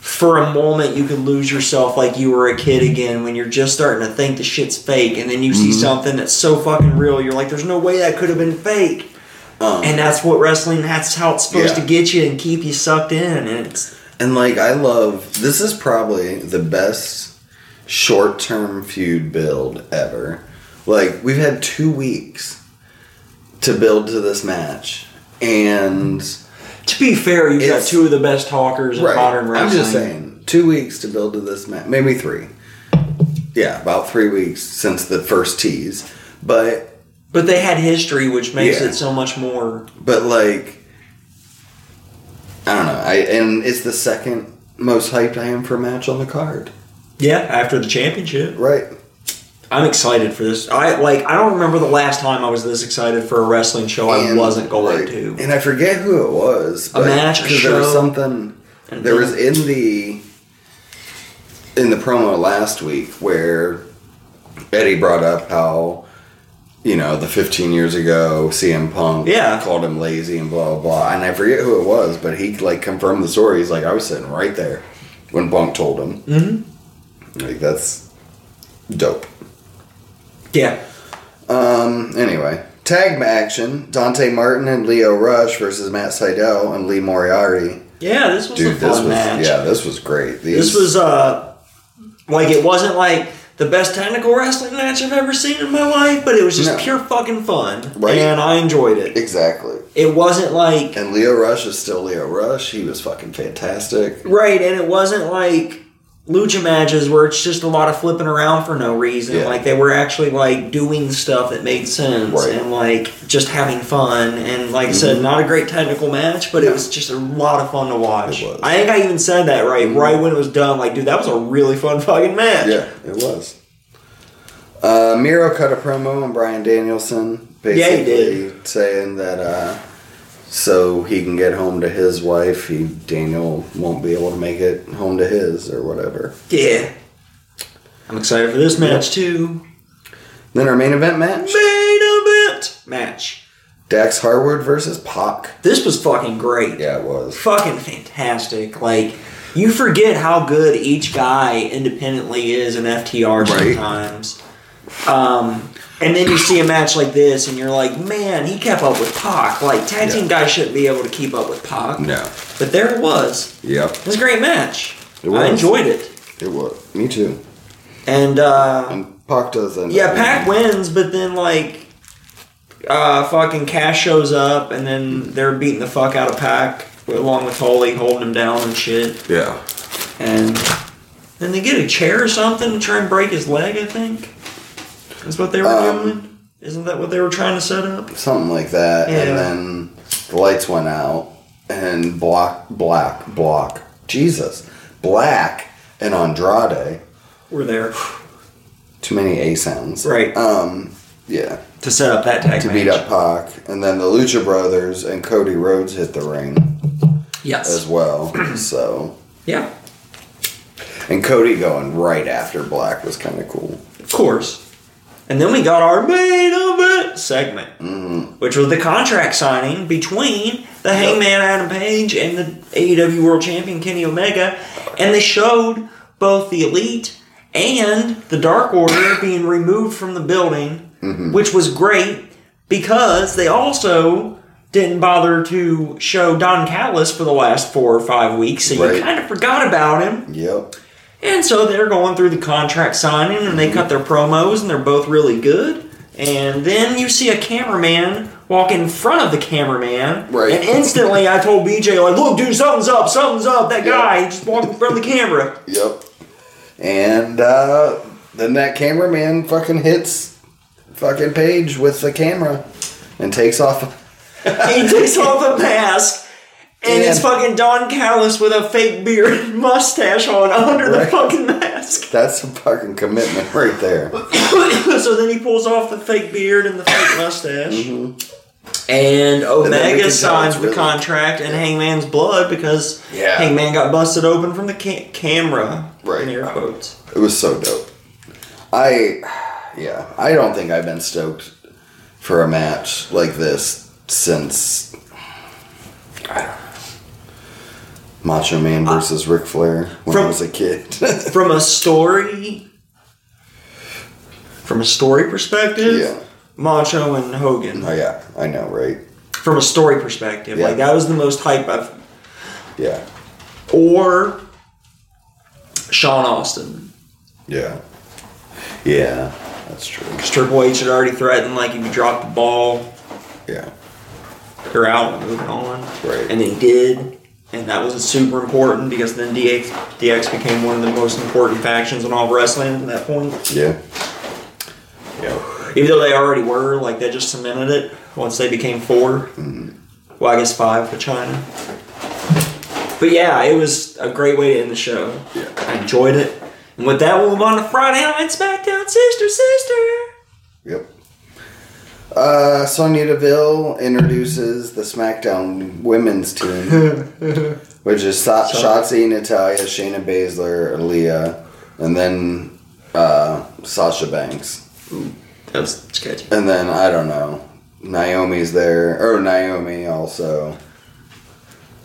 for a moment you could lose yourself like you were a kid again when you're just starting to think the shit's fake and then you
Mm-hmm.
see something that's so fucking real you're like there's no way that could have been fake
Um,
and that's what wrestling that's how it's supposed
Yeah.
to get you and keep you sucked in and it's
And like I love this is probably the best short term feud build ever. Like we've had two weeks to build to this match. And
to be fair you've got
It's-
two of the best talkers in
right,
modern wrestling
I'm just saying, two weeks to build to this match, maybe three. Yeah, about three weeks since the first tease. But
but they had history which makes
Yeah.
it so much more
but like I don't know. I and it's the second most hyped I am for a match on the card.
yeah after the championship
Right.
I'm excited for this. I like. I don't remember the last time I was this excited for a wrestling show. I
And,
wasn't going
like,
to.
And I forget who it was. but-
match, a
'cause there was
show.
something.
And
There
then-
was in the in the promo last week where Eddie brought up how you know, the 15 years ago, CM Punk
Yeah.
called him lazy and blah, blah, blah. And I forget who it was, but he, like, confirmed the story. He's like, I was sitting right there when Punk told him.
Mm-hmm.
Like, that's dope.
Yeah.
Um, anyway. Tag action. Dante Martin and Leo Rush versus Matt Seidel and Lee Moriarty.
Yeah, this was a
Dude,
fun
this was,
match.
yeah, this was great. These,
This was uh like it wasn't like the best technical wrestling match I've ever seen in my life, but it was just
No.
pure fucking fun.
Right.
And I enjoyed it.
Exactly.
It wasn't like
And Leo Rush is still Leo Rush. He was fucking fantastic.
right, and it wasn't like lucha matches where it's just a lot of flipping around for no reason.
Yeah.
Like they were actually like doing stuff that made sense
Right. Mm-hmm.
and like just having fun and like I said, not a great technical match, but it
No.
was just a lot of fun to watch.
It was. Mm-hmm.
I think I even said that right right when it was done. Like, dude, that was a really fun fucking match.
Yeah, it was. Uh, Miro cut a promo on Brian Danielson, basically
Yeah, he did.
saying that uh, so he can get home to his wife, he Daniel won't be able to make it home to his or whatever.
Yeah. I'm excited for this match too.
Then our main event match:
Main event match.
Dax Harwood versus Pac.
This was fucking great.
Yeah, it was.
Fucking fantastic. Like you forget how good each guy independently is in FTR
Right.
sometimes. Um and then you see a match like this and you're like, man, he kept up with Pac. Like tag team guys shouldn't be able to keep up with Pac.
No.
But there it was.
Yep.
It was a great match.
It was.
I enjoyed it.
It was. Me too.
And uh
And Pac does end.
Yeah,
up-
Pac wins, but then like, uh, fucking Cash shows up, and then they're beating the fuck out of Pac along with Holy, holding him down and shit,
Yeah.
and then they get a chair or something to try and break his leg. I think that's what they were
Um,
doing. Isn't that what they were trying to set up?
something like that.
Yeah.
And then the lights went out, and block, black, block, Jesus, black, and Andrade.
We're there
Too many A sounds.
Right.
Um. Yeah.
to set up that tag
To
match.
beat up Pac, and then the Lucha Brothers and Cody Rhodes hit the ring
Yes.
as well. so.
Yeah.
And Cody going right after Black was kind of cool.
Of course. And then we got our main event segment, which was the contract signing between the Hangman Adam Page and the AEW World Champion Kenny Omega, and they showed both the Elite and the Dark Order being removed from the building, which was great because they also didn't bother to show Don Callis for the last four or five weeks, so you
Right.
kind of forgot about him.
Yep.
And so they're going through the contract signing and they cut their promos and they're both really good. And then you see a cameraman walk in front of the cameraman.
Right.
And instantly I told BJ, like, look, dude, something's up, something's up. That
Yeah.
guy he just walked in front of the camera.
Yep. And uh, then that cameraman fucking hits fucking Paige with the camera and takes off.
He takes off a mask. And it's
Yeah.
fucking Don Callis with a fake beard and mustache on under the
Right.
fucking mask.
That's some fucking commitment right there.
so then he pulls off the fake beard and the fake mustache. And
Mm-hmm. then we can tell
Omega
it's
signs the
really-
contract in Hangman's blood because
Yeah.
Hangman got busted open from the ca- camera.
Right.
In air quotes.
It was so dope. I, yeah, I don't think I've been stoked for a match like this since I don't know, Macho Man versus Ric Flair when
From-
I was a kid.
From a story. From a story perspective,
Yeah.
Macho and Hogan.
oh yeah, I know, right?
From a story perspective,
Yeah.
like that was the most hype I've.
Yeah,
Or Sean Austin.
yeah, yeah. That's true.
'Cause Triple H had already threatened, like, if you drop the ball,
Yeah.
they're out and moving on.
Right.
And they did. And that was super important because then DX, DX became one of the most important factions in all of wrestling at that point.
Yeah. Yeah.
Even though they already were, like they just cemented it once they became 4
Mm-hmm.
Well, I guess five for China. But yeah, it was a great way to end the show.
Yeah.
I enjoyed it. And with that, we'll move on to Friday Night SmackDown Sister Sister.
Yep. Uh, Sonya Deville introduces the SmackDown women's team, which is Sa- Shotzi, Natalia, Shayna Baszler, Aaliyah, and then uh, Sasha Banks.
That's it's catchy.
And then I don't know. Naomi's there, or Naomi also.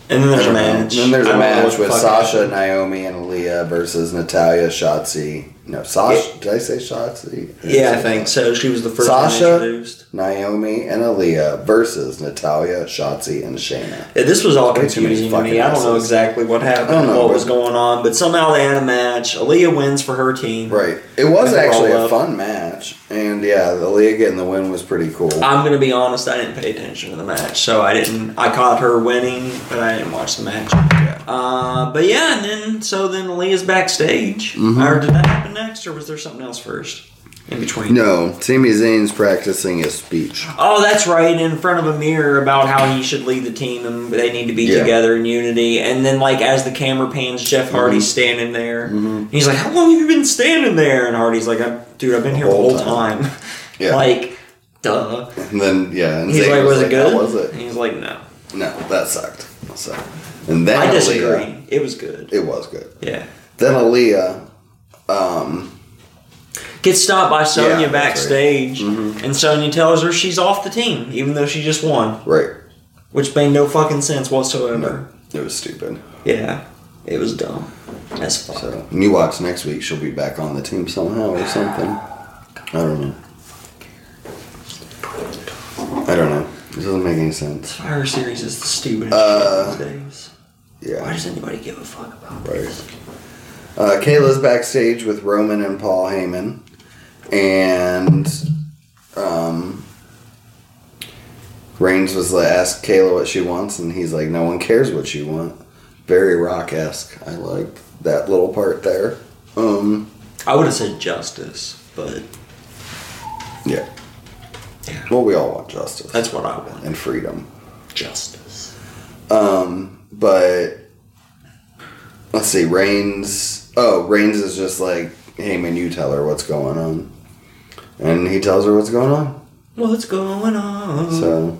And then there's a
I don't know.
match.
Then there's
I
a
don't know
match
what
with
the fuck
Sasha,
happened.
Naomi, and Aaliyah versus Natalia, Shotzi. No, Sasha. Did I say Shotzi?
Yeah, I think so. She was the first
Sasha?
one introduced.
Naomi and Aaliyah versus Natalia, Shotzi, and Shayna.
Yeah, this was all
Way too many
confusing to me.
fucking
I don't know
asses.
exactly what
I don't
happened,
know,
what
but-
was going on, but somehow they had a match. Aaliyah wins for her team.
Right. It was
And they're
actually
all
a
up.
fun match, and yeah, Aaliyah getting the win was pretty cool.
I'm gonna be honest. I didn't pay attention to the match, so I didn't. I caught her winning, but I didn't watch the match. Uh, but yeah, and then so then Leah's backstage.
Mm-hmm.
Or did that happen next, or was there something else first in between?
No, Sami Zayn's practicing his speech.
Oh, that's right, in front of a mirror about how he should lead the team and they need to be
Yeah. Mm-hmm.
together in unity. And then, like, as the camera pans, Jeff Hardy's standing there.
Mhm.
He's like, How long have you been standing there? And Hardy's like, I, Dude, I've been here the
whole
whole time.
Yeah.
like, duh.
And then yeah, and
He's
Zayn
like, Was it
"How
good?
Was it?
And he's like, No.
No, that sucked. That sucked. And then
I
Aaliyah-
disagree. It was good.
It was good.
Yeah.
Then Aaliyah, um,
Gets stopped by
Yeah,
Sonya
that's right. Mm-hmm.
backstage, and Sonya tells her she's off the team, even though she just won,
right.
which made no fucking sense whatsoever.
It was stupid.
Yeah, it was dumb as fuck.
So when you watch next week, she'll be back on the team somehow or something. I don't know. I don't know. It doesn't make any sense.
Fire series is the stupidest
Uh,
shit these days. Why
Yeah.
does anybody give a fuck about
Right.
this?
Uh, Kayla's backstage with Roman and Paul Heyman, and um, Reigns was like, asked Kayla what she wants, and he's like, "No one cares what you want." Very rock esque. I liked that little part there. Um,
I would have said justice, but
yeah.
Yeah.
Well, we all want justice
that's what I want.
and freedom.
Justice.
Um, but let's see, Reigns. Oh, Reigns is just like, hey man, you tell her what's going on, and he tells her what's going on.
What's going on?
So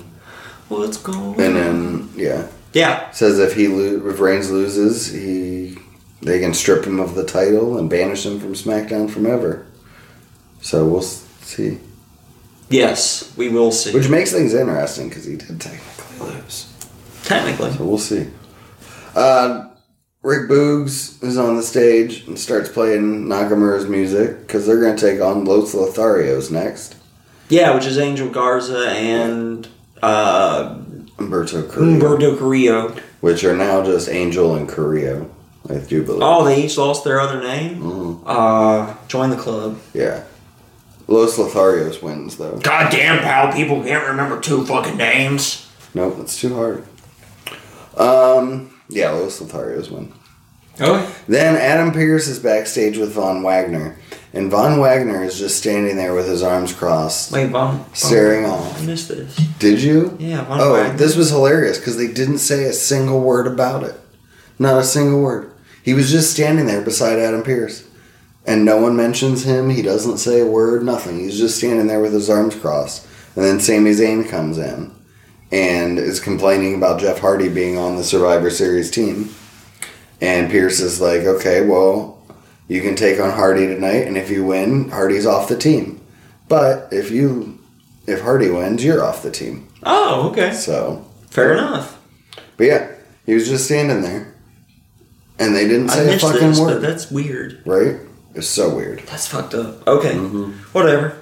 What's going
and
on?
then yeah,
Yeah.
says if he lo- if Reigns loses, he they can strip him of the title and banish him from SmackDown forever. So we'll s- see,
Yes, we will see.
which makes things interesting because he did technically lose.
Technically.
So we'll see. Uh, Rick Boogs is on the stage and starts playing Nakamura's music because they're going to take on Los Lotharios next.
Yeah, which is Angel Garza and uh,
Umberto Carrillo,
Humberto Carrillo.
which are now just Angel and Carrillo. I do believe.
Oh, they each lost their other name?
Mhm.
Uh, join the club.
Yeah. Los Lotharios wins, though.
Goddamn, pal, people can't remember two fucking names.
Nope, it's too hard. Um, yeah, Los Lotharios win.
Oh,
Then Adam Pierce is backstage with Von Wagner, and Von Wagner is just standing there with his arms crossed,
wait, Von.
staring
I
off.
missed this.
Did you?
Yeah, Von
Oh,
Wagner.
this was hilarious because they didn't say a single word about it. Not a single word. He was just standing there beside Adam Pierce. And no one mentions him. He doesn't say a word, nothing. He's just standing there with his arms crossed. And then Sami Zayn comes in and is complaining about Jeff Hardy being on the Survivor Series team. And Pierce is like, okay, well, you can take on Hardy tonight. And if you win, Hardy's off the team. But if you. If Hardy wins, you're off the team.
Oh, okay.
So
Fair enough.
But yeah, he was just standing there, and they didn't
I
say a
missed
fucking
this, but
word.
that's weird.
Right? It's so weird.
That's fucked up. Okay,
Mm-hmm.
whatever.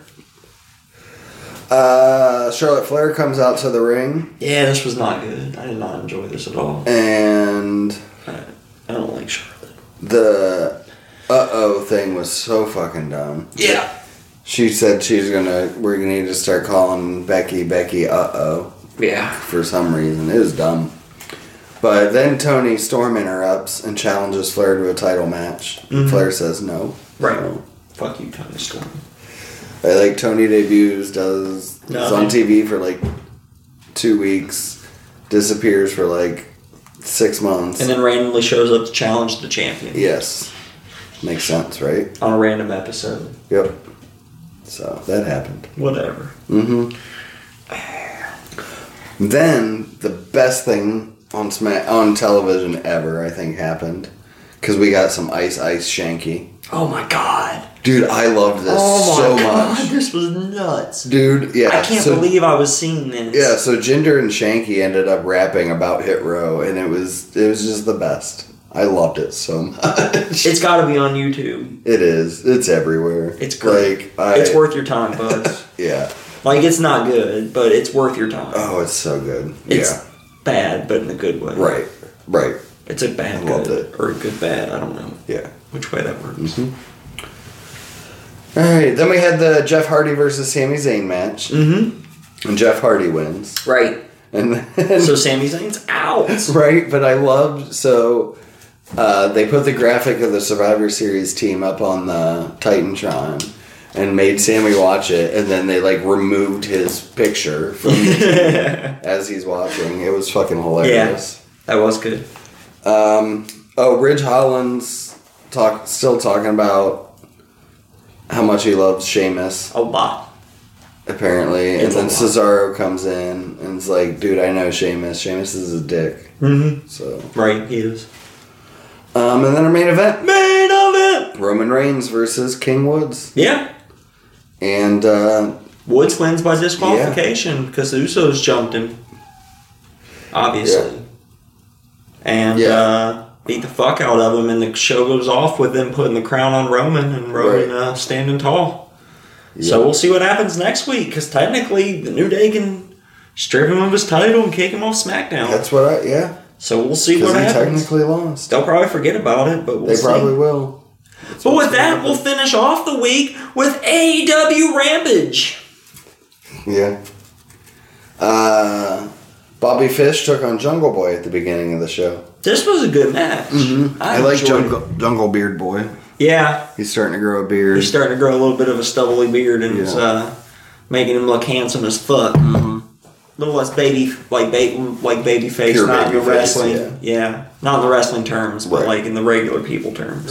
Uh, Charlotte Flair comes out to the ring,
Yeah, this was not good. I did not enjoy this at all.
and
I don't like Charlotte.
the uh oh thing was so fucking dumb.
Yeah.
She said she's gonna, we're gonna need to start calling Becky Becky uh oh
Yeah.
for some reason. It was dumb. But then Tony Storm interrupts and challenges Flair to a title match. Flair says no.
Mm-hmm. Right.
So,
Fuck you, Tony Storm.
I like Tony debuts, does
No.
is on TV for like two weeks, disappears for like six months.
And then randomly shows up to challenge the champion
yes, makes sense, right?
on a random episode.
Yep. So that happened.
Whatever.
Mm-hmm. Then the best thing on Sma- on television ever, I think, happened because we got some Ice Ice Shanky.
Oh my god.
Dude, I loved this
oh my
so
god,
much.
this was nuts.
Dude, yeah.
I can't
so-
believe I was seeing this.
Yeah, so Jinder and Shanky ended up rapping about Hit Row, and it was it was just the best. I loved it so much.
It's got to be on YouTube.
it is. It's everywhere.
It's great.
Like, I,
it's worth your time, buds.
Yeah.
like it's not good, but it's worth your time.
Oh, it's so good.
It's
yeah.
bad, but in a good way.
Right. Right.
It's a bad
I loved
good or a good bad. I don't know
Yeah. Mm-hmm.
which way that works.
All right. Then we had the Jeff Hardy versus Sami Zayn match,
Mm-hmm.
and Jeff Hardy wins.
Right.
And then,
So Sami Zayn's out.
right, but I loved so. Uh, they put the graphic of the Survivor Series team up on the Titantron and made Sammy watch it, and then they like removed his picture from the team as he's watching. It was fucking hilarious.
That was good.
Um, oh, Ridge Holland's talk still talking about how much he loves Sheamus
A lot.
apparently. And
It's a
then
lot.
Cesaro comes in and it's like, dude, I know Sheamus. Sheamus is a dick.
Mm-hmm.
So,
Right. He is.
um, and then our main event:
Main event.
Roman Reigns versus King Woods,
Yeah.
and uh,
Woods wins by disqualification because the Usos jumped him. Obviously. And
Yeah.
uh, beat the fuck out of him, and the show goes off with them putting the crown on Roman and Roman
Right.
uh, standing tall.
yeah.
So we'll see what happens next week because technically the New Day can strip him of his title and kick him off SmackDown.
that's what I yeah.
so we'll see
Because
what
he
happens.
technically lost.
They'll probably forget about it, but we'll
They
see.
probably will.
But with that, we'll finish off the week with AEW Rampage.
Yeah. Uh, Bobby Fish took on Jungle Boy at the beginning of the show.
This was a good match.
Mm-hmm. I, like
Mm-hmm. enjoyed it.
Jungle, Jungle Beard Boy.
Yeah,
He's starting to grow a beard.
he's starting to grow a little bit of a stubbly beard and it's
Yeah. Mm-hmm.
uh, making him look handsome as fuck. A little less baby, like baby, like baby face,
Pure
not in the
baby face,
wrestling.
yeah.
yeah. not in the wrestling terms, but
Right.
like in the regular people terms.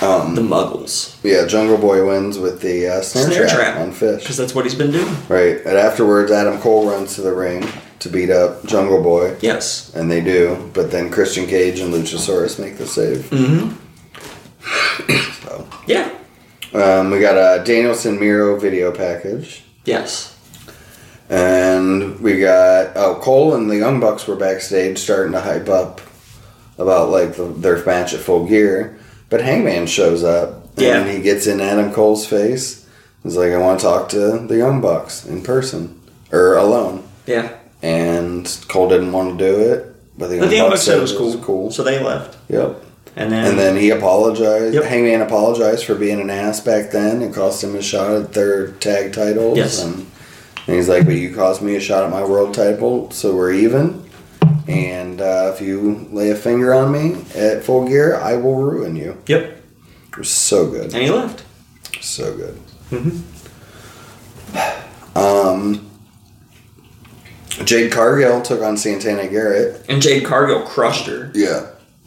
um,
The Muggles,
yeah, Jungle Boy wins with the uh, snare,
Snare
trap,
trap.
on Fish.
because that's what he's been doing.
Right, and afterwards, Adam Cole runs to the ring to beat up Jungle Boy,
Yes.
and they do. But then Christian Cage and Luchasaurus make the save.
Mm-hmm.
So,
Yeah.
um, we got a Danielson Miro video package,
Yes.
and we got oh Cole and the Young Bucks were backstage starting to hype up about like the, their match at Full Gear, but Hangman shows up and
Yeah.
he gets in Adam Cole's face. He's like, "I want to talk to the Young Bucks in person or alone."
Yeah.
and Cole didn't want to do it. But the
But the
Young Bucks
Bucks said it was cool.
cool.
So they left,
Yep.
and then
And then he apologized.
Yep.
Hangman apologized for being an ass back then. It cost him a shot at their tag titles.
Yes.
And, and he's like, "But you cost me a shot at my world title, so we're even." And uh, if you lay a finger on me at full gear, I will ruin you.
yep,
It was so good,
and he left.
so good.
Mhm.
Um, Jade Cargill took on Santana Garrett.
And Jade Cargill crushed her.
Yeah.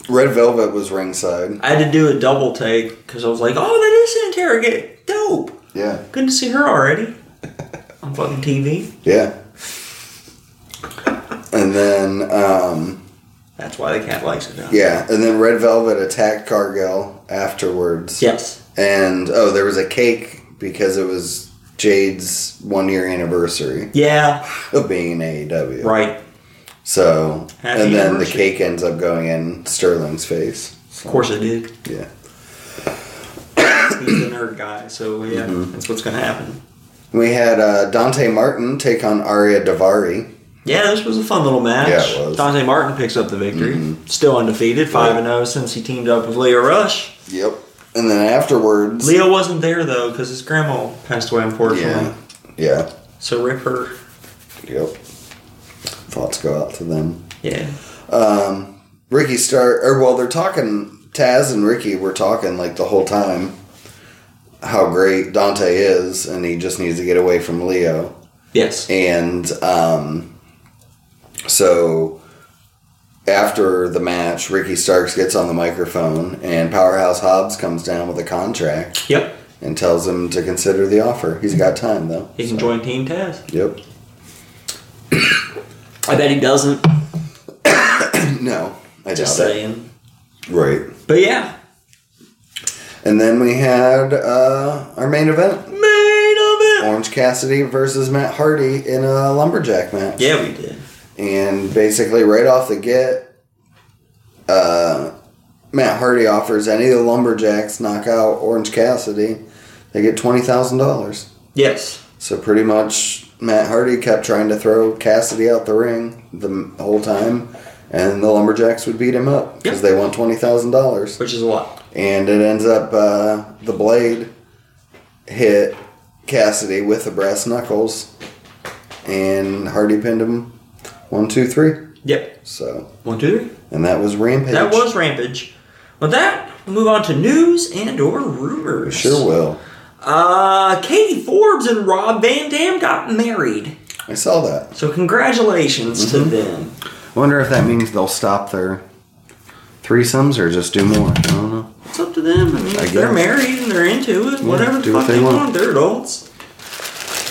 Red Velvet was ringside.
I had to do a double take because I was like, oh, that is an interrogate. Dope.
Yeah.
Good to see her already on fucking TV.
Yeah. And then, um,
That's why the cat likes it. Now.
yeah, and then Red Velvet attacked Cargill afterwards.
Yes.
And, oh, there was a cake because it was Jade's one year anniversary
Yeah.
of being in AEW.
Right.
So,
Happy
and then the
anniversary.
cake ends up going in Sterling's face.
Of course it did.
Yeah.
He's the nerd guy, so yeah,
Mm-hmm.
that's what's gonna happen.
We had uh, Dante Martin take on Aria Davari.
Yeah, this was a fun little match.
Yeah, it was. Mm-hmm.
Dante Martin picks up the victory. Still undefeated, five and zero since he teamed up with Leo Rush.
Yep. And then afterwards.
Leo wasn't there though because his grandma passed away unfortunately.
Yeah. Yeah.
So rip her.
Yep. Thoughts go out to them.
Yeah.
Um, Ricky start or well, they're talking. Taz and Ricky were talking like the whole time. How great Dante is, and he just needs to get away from Leo.
Yes.
And um, so after the match, Ricky Starks gets on the microphone, and Powerhouse Hobbs comes down with a contract
Yep.
and tells him to consider the offer. He's got time though.
He can join Team Taz.
Yep.
I bet he doesn't.
No, I doubt
Just
it.
saying.
Right.
But yeah,
And then we had uh, our main event
main event.
Orange Cassidy versus Matt Hardy in a lumberjack match.
Yeah, we did.
And basically, right off the get, uh, Matt Hardy offers any of the lumberjacks knock out Orange Cassidy, they get $20,000.
Yes.
So pretty much, Matt Hardy kept trying to throw Cassidy out the ring the m- whole time, and the lumberjacks would beat him up because they want twenty thousand dollars.
Which is a lot.
And it ends up uh, the blade hit Cassidy with the brass knuckles, and Hardy pinned him one, two, three.
Yep.
So
One, two, three.
and that was rampage.
That was Rampage. With that, we'll move on to news and or rumors.
sure will.
Uh, Katie Forbes and Rob Van Dam got married.
I saw that.
So congratulations to them.
Wonder if that means they'll stop their threesomes or just do more. I don't know.
It's up to them. I mean,
I
if they're
guess.
married and they're into it. whatever the
do what
fuck
they
they
want.
want. They're adults.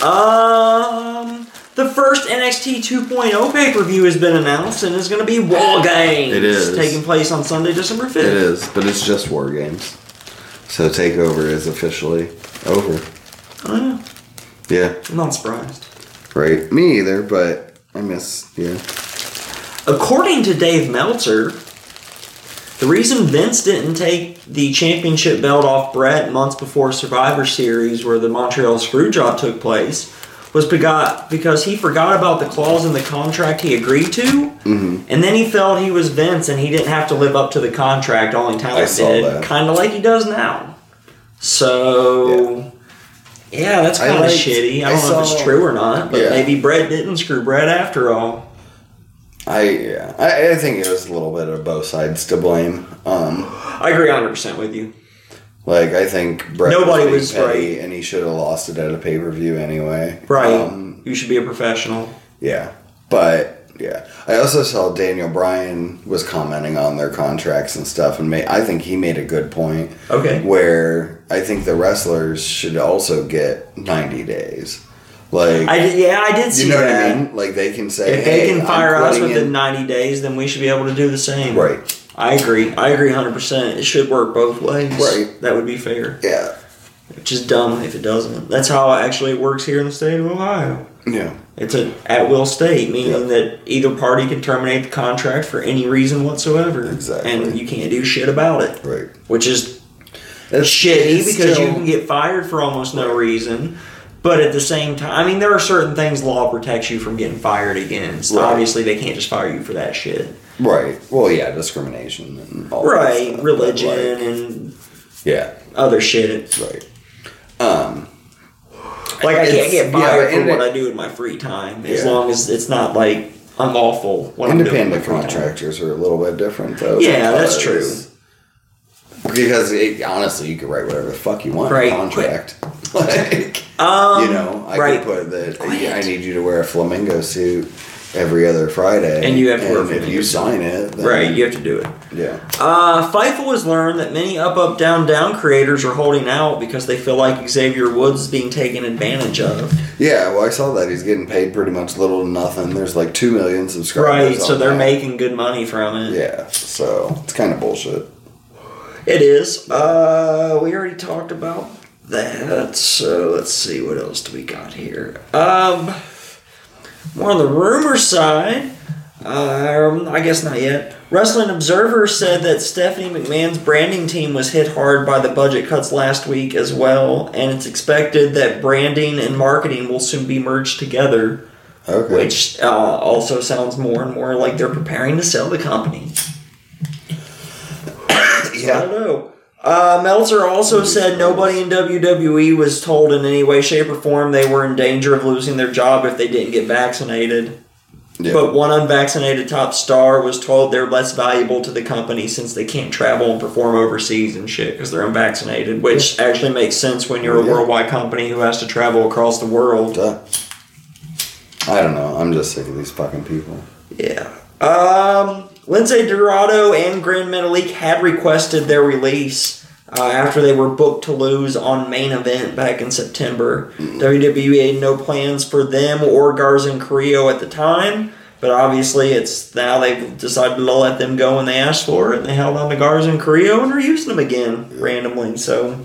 Um, the first NXT 2.0 pay per view oh has been announced and it's going to be Wall Games.
It is.
taking place on Sunday, December 5th.
It is, but it's just war games. So takeover is officially over.
Oh, yeah.
Yeah,
I'm not surprised.
right. Me either, but I miss. Yeah,
According to Dave Meltzer, the reason Vince didn't take the championship belt off Brett months before Survivor Series, where the Montreal Screwjob took place, was begot- because he forgot about the clause in the contract he agreed to,
Mm-hmm.
and then he felt he was Vince and he didn't have to live up to the contract. Only
I
Talent
saw
did,
that.
kind of like he does now. So. Yeah. that's
I
kind of
liked-
shitty. I
I
don't know if
saw-
it's true or not, but
Yeah.
maybe Brett didn't screw Brett after all.
I yeah. I, I think it was a little bit of both sides to blame. Um,
I agree 100% with you.
like I think Brett
Nobody
being
was
petty, and he should have lost it at a pay per view anyway.
Right.
Um,
you should be a professional.
yeah, but. Yeah, I also saw Daniel Bryan was commenting on their contracts and stuff, and made, I think he made a good point.
Okay.
where I think the wrestlers should also get 90 days. Like,
I did, yeah, I did see
you know
that.
what I mean? Like, they can say,
If they
"Hey,
can
I'm
fire us
quitting
within
in-"
90 days, then we should be able to do the same.
Right.
I agree. I agree 100%. It should work both ways.
Right.
That would be fair.
Yeah.
Which is dumb if it doesn't. That's how actually it works here in the state of Ohio.
Yeah.
It's an at will state, meaning that either party can terminate the contract for any reason whatsoever.
Exactly.
And you can't do shit about it.
Right.
Which is
It's
shitty
it's
because
still-
you can get fired for almost no reason. But at the same time, I mean, there are certain things law protects you from getting fired again. So
Right.
obviously, they can't just fire you for that shit.
Right. Well, yeah, discrimination and all that
Right,
stuff, but,
religion
like,
and
yeah,
other shit.
right. Um,
Like, I
It's-
can't get
yeah, but
fired for what
inde-
I do in my free time as
Yeah.
long as it's not like unlawful. What I'm doing in my
independent
free time.
contractors are a little bit different, though.
Yeah, that's
because- Because, it, honestly, you can write whatever the fuck you want
Right.
in a contract. like,
Um,
you know, I
right.
could put that I need you to wear a flamingo suit every other Friday,
And you have to wear a
if
flamingo
you
suit.
sign it, then-
right, you have to do it.
Yeah,
Uh, Fightful has learned that many up, up, down, down creators are holding out because they feel like Xavier Woods is being taken advantage of.
yeah. Well, I saw that he's getting paid pretty much little to nothing. There's like two million subscribers,
Right, so
on
they're
that.
making good money from it.
yeah. So it's kind of bullshit.
It is. Uh, we already talked about that. So let's see what else do we got here. Um, more on the rumor side. Um, I guess not yet. Wrestling Observer said that Stephanie McMahon's branding team was hit hard by the budget cuts last week as well, and it's expected that branding and marketing will soon be merged together,
Okay,
which uh, also sounds more and more like they're preparing to sell the company. I
yeah,
don't know. Uh, Meltzer also said nobody in WWE was told in any way, shape, or form they were in danger of losing their job if they didn't get vaccinated.
Yeah.
But one unvaccinated top star was told they're less valuable to the company since they can't travel and perform overseas and shit because they're unvaccinated, which actually makes sense when you're a
Yeah.
worldwide company who has to travel across the world.
Duh. I don't know. I'm just sick of these fucking people.
Yeah. Um, Lindsay Dorado and Grand Metalik had requested their release uh, after they were booked to lose on main event back in E September. WWE had no plans for them or Garza and Carrillo at the time, but But obviously, it's now they've decided to let them go when they asked for it, and they held on to Garza and Carrillo and are using them again randomly. So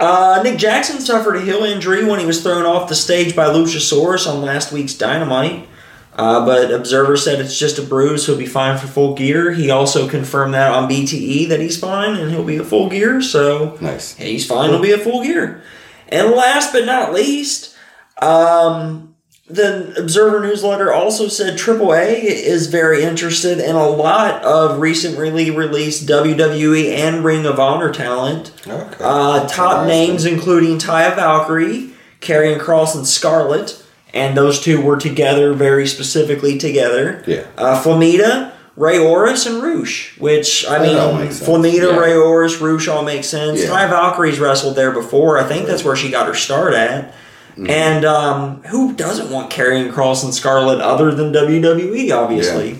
uh, Nick Jackson suffered a heel injury when he was thrown off the stage by Luchasaurus on last week's Dynamite. Uh, but Observer said it's just a bruise. He'll be fine for full gear. He also confirmed that on BTE that he's fine and he'll be at full gear. So
Nice.
he's fine. He'll be at full gear. And last but not least, um, the Observer newsletter also said AAA is very interested in a lot of recently released WWE and Ring of Honor talent.
Okay.
Uh, top names including Taya Valkyrie, Karrion Cross, and Scarlett, and those two were together very specifically together.
Yeah.
Uh, Flamita, Ray Oris, and Roosh, which I mean,
all makes sense.
Flamita,
Yeah.
Ray Oris, Roosh all make sense.
Yeah.
Taya Valkyrie's wrestled there before. I think that's where she got her start at.
Mm-hmm.
And um, who doesn't want Karrion Cross and Scarlett other than WWE? Obviously,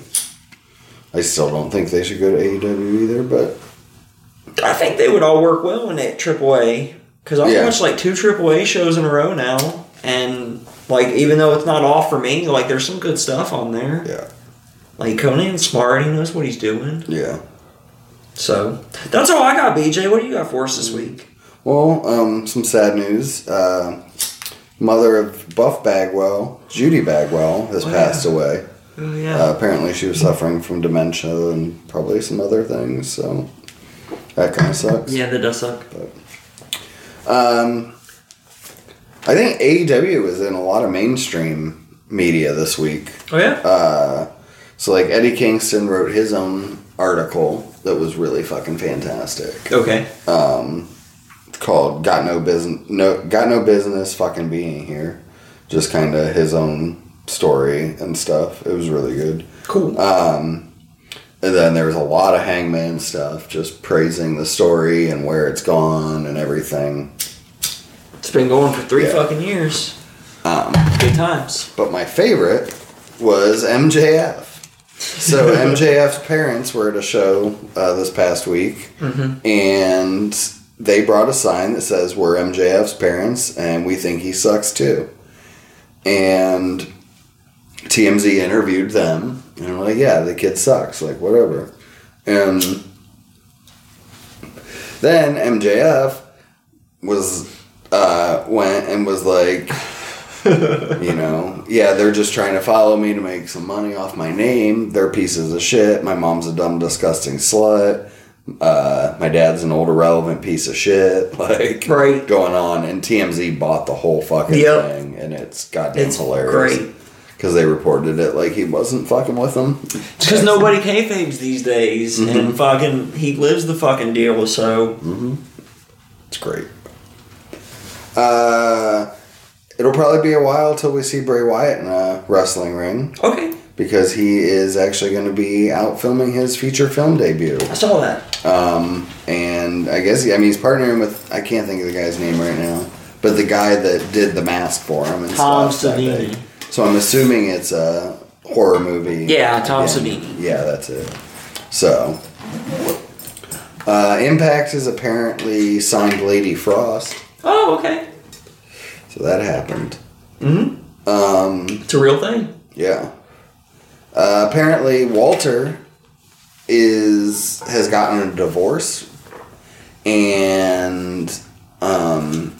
I still don't think they should go to AEW either, but
I think they would all work well in at AAA because I've
Yeah.
watched like two AAA shows in a row now, and like even though it's not all for me, like there's some good stuff on there.
yeah,
Like Conan's smart; he knows what he's doing.
yeah.
So that's all I got, BJ. What do you got for us this week?
Well, um, some sad news. Uh, mother of Buff Bagwell, Judy Bagwell, has
Oh, yeah.
passed away.
Oh yeah,
Uh, apparently, she was suffering from dementia and probably some other things. So that kind of sucks.
yeah, that does suck.
Um, I think AEW was in a lot of mainstream media this week.
Oh yeah,
Uh, so like Eddie Kingston wrote his own article that was really fucking fantastic.
okay.
Um, called "Got No Business No Got No Business Fucking Being Here," just kind of his own story and stuff. It was really good.
Cool.
Um, and then there was a lot of Hangman stuff, just praising the story and where it's gone and everything.
It's been going for three
yeah.
fucking years.
Um,
Good times.
But my favorite was MJF. So MJF's parents were at a show uh, this past week, and they brought a sign that says, "We're MJF's parents, and we think he sucks too." And TMZ interviewed them, and they're like, "Yeah, the kid sucks. Like whatever." And then MJF was uh, went and was like, you know, yeah, they're just trying to follow me to make some money off my name. They're pieces of shit. My mom's a dumb, disgusting slut. Uh, my dad's an old, irrelevant piece of shit. Like,
Right.
going on. And TMZ bought the whole fucking
Yep.
thing, and it's goddamn
It's
hilarious.
great.
Because they reported it like he wasn't fucking with them.
Because nobody kayfabes these days,
Mm-hmm.
and fucking he lives the fucking deal. So
It's great. Uh, it'll probably be a while till we see Bray Wyatt in a wrestling ring
okay,
because he is actually going to be out filming his feature film debut.
I saw that.
Um, and I guess I mean he's partnering with I can't think of the guy's name right now, but the guy that did the mask for him and
Tom
stuff that
Savini.
day. So I'm assuming it's a horror movie.
Yeah, Tom
again.
Savini.
Yeah, that's it. So. Uh, Impact has apparently signed Lady Frost,
Oh, okay.
so that happened.
Mm-hmm.
Um,
It's a real thing.
yeah. Uh, apparently, Walter is has gotten a divorce, and um,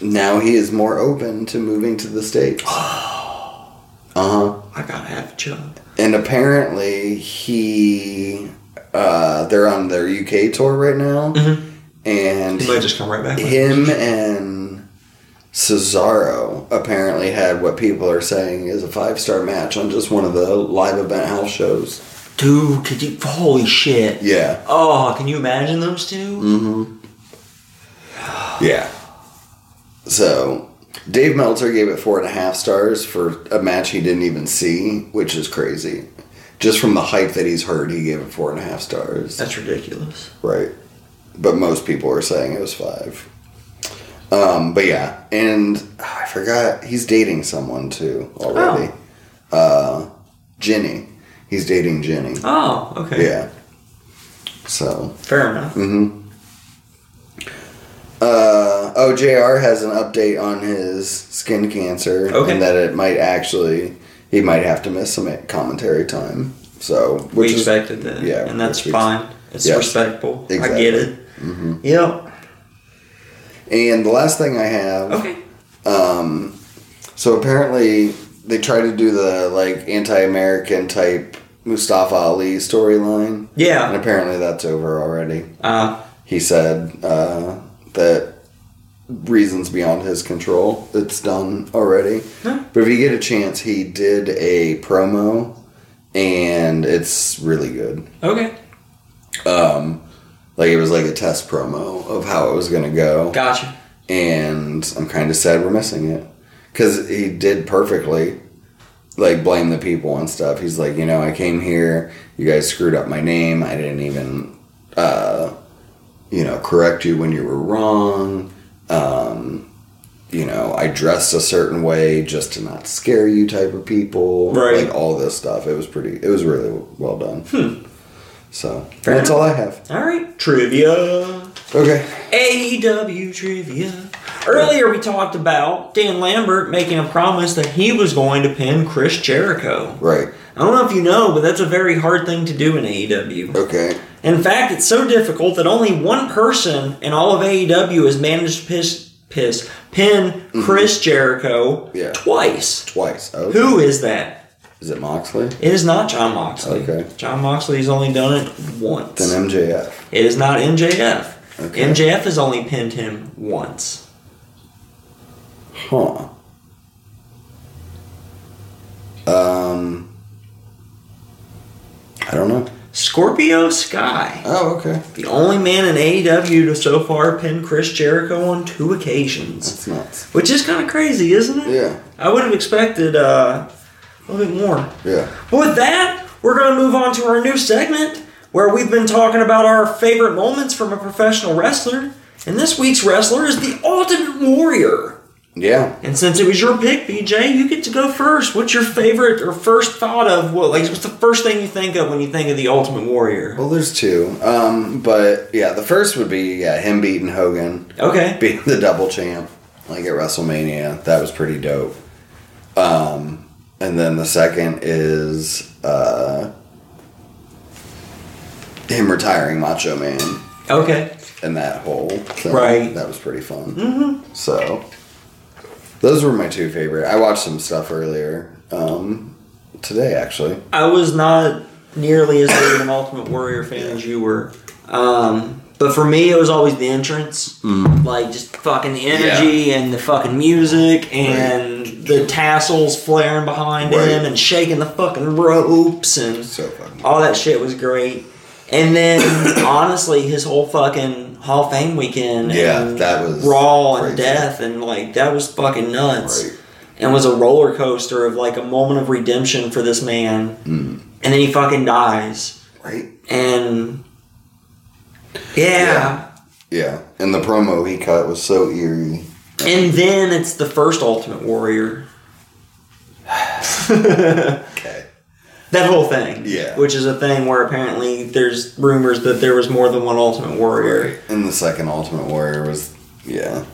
now he is more open to moving to the states. Uh-huh. uh huh.
I gotta have a job.
And apparently, he uh, they're on their UK tour right now,
Mhm.
and
He might just come right back. with it.
him and Cesaro apparently had what people are saying is a five star match on just one of the live event house shows.
Dude, could you? Holy shit.
Yeah.
Oh, can you imagine those 2
Mm-hmm. Yeah. So Dave Meltzer gave it four and a half stars for a match he didn't even see, which is crazy. Just from the hype that he's heard, he gave it four and a half stars.
That's ridiculous.
Right. But most people are saying it was five. Um, but yeah, and oh, I forgot he's dating someone too already. Uh, Jenny. He's dating Jenny.
Oh, okay.
Yeah. So.
Fair enough.
Mm-hmm. Uh, oh, JR has an update on his skin cancer
Okay.
and that it might actually he might have to miss some commentary time. So
We
which is
expected that.
yeah,
And that's
which is-
fine. It's Mm-hmm.
yes.
respectable. I
Exactly.
get it. Yep.
and the last thing I have.
Okay.
Um, so apparently they try to do the like anti-American type Mustafa Ali storyline, and
Yeah.
apparently that's over already.
Uh,
He said uh, that reasons beyond his control, it's done already.
Huh.
But if you get a chance, he did a promo, and it's really good.
okay.
Um, like it was like a test promo of how it was gonna go
Gotcha.
and I'm kind of sad we're missing it because he did perfectly. Like blame the people and stuff. He's like, you know, I came here. You guys screwed up my name. I didn't even, uh, you know, correct you when you were wrong. Um, you know, I dressed a certain way just to not scare you, type of people.
Right. Hmm.
Like all this stuff. It was pretty. It was really well done. So
Fair
that's
enough.
all I have.
All right. Trivia.
Okay.
AEW E trivia. Earlier, we talked about Dan Lambert making a promise that he was going to pin Chris Jericho.
Right.
I don't know if you know, but that's a very hard thing to do in AEW.
Okay.
In fact, it's so difficult that only one person in all of AEW has managed to piss, piss pin Chris Jericho
Mm-hmm. Yeah.
twice.
Twice. Okay.
Who is that?
Is it Moxley?
It is not John Moxley.
Okay.
John Moxley's only done it once.
Then MJF.
It is not MJF.
Okay.
MJF has only pinned him once.
Huh. Um. I don't know.
Scorpio Sky,
Oh, okay.
the only man in AEW to so far pin Chris Jericho on two occasions,
That's nuts.
which is kind of crazy, isn't it?
Yeah.
I would have expected uh, a little bit more.
Yeah.
But with that, we're going to move on to our new segment where we've been talking about our favorite moments from a professional wrestler, and this week's wrestler is the Ultimate Warrior.
Yeah.
And since it was your pick, BJ, you get to go first. What's your favorite or first thought of what? Like, what's the first thing you think of when you think of the Ultimate Warrior?
Well, there's two. Um, but yeah, the first would be yeah him beating Hogan,
Okay.
being the double champ, like at WrestleMania. That was pretty dope. Um, and then the second is uh, him retiring Macho Man.
Okay.
and that whole thing.
Right.
That was pretty fun. Mm-hmm. So, those were my two favorite. I watched some stuff earlier um, today, actually.
I was not nearly as big of an Ultimate Warrior fan as you were. Um, but for me, it was always the entrance, like just fucking the energy and the fucking music and the tassels flaring behind
Right.
him and shaking the fucking ropes and
So fucking.
all that shit was great. And then honestly, his whole fucking Hall of Fame weekend,
Yeah,
and
that was
Raw and
crazy.
Death, and like that was fucking nuts,
Right.
and was a roller coaster of like a moment of redemption for this man,
Hmm.
and then he fucking dies,
Right.
and
Yeah.
yeah.
Yeah, and the promo he cut was so eerie.
And then it's the first Ultimate Warrior.
Okay.
That whole thing.
Yeah.
Which is a thing where apparently there's rumors that there was more than one Ultimate Warrior.
Right. And the second Ultimate Warrior was, yeah,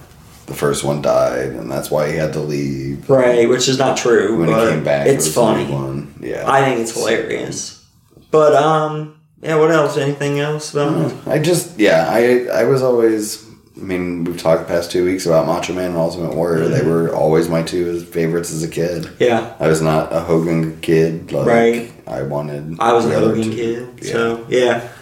the first one died, and that's why he had to leave.
Right, which is not true.
When
but
he came back,
it's
it was
funny.
A new one. Yeah.
I think it's hilarious. But um, yeah. What else? Anything else about?
I just yeah, I I was always I mean, we've talked the past two weeks about Macho Man and Ultimate Warrior.
Mm-hmm.
They were always my two favorites as a kid.
Yeah,
I was not a Hogan kid, like
Right.
I wanted
I was a
the other
Hogan
two.
kid,
Yeah.
so yeah,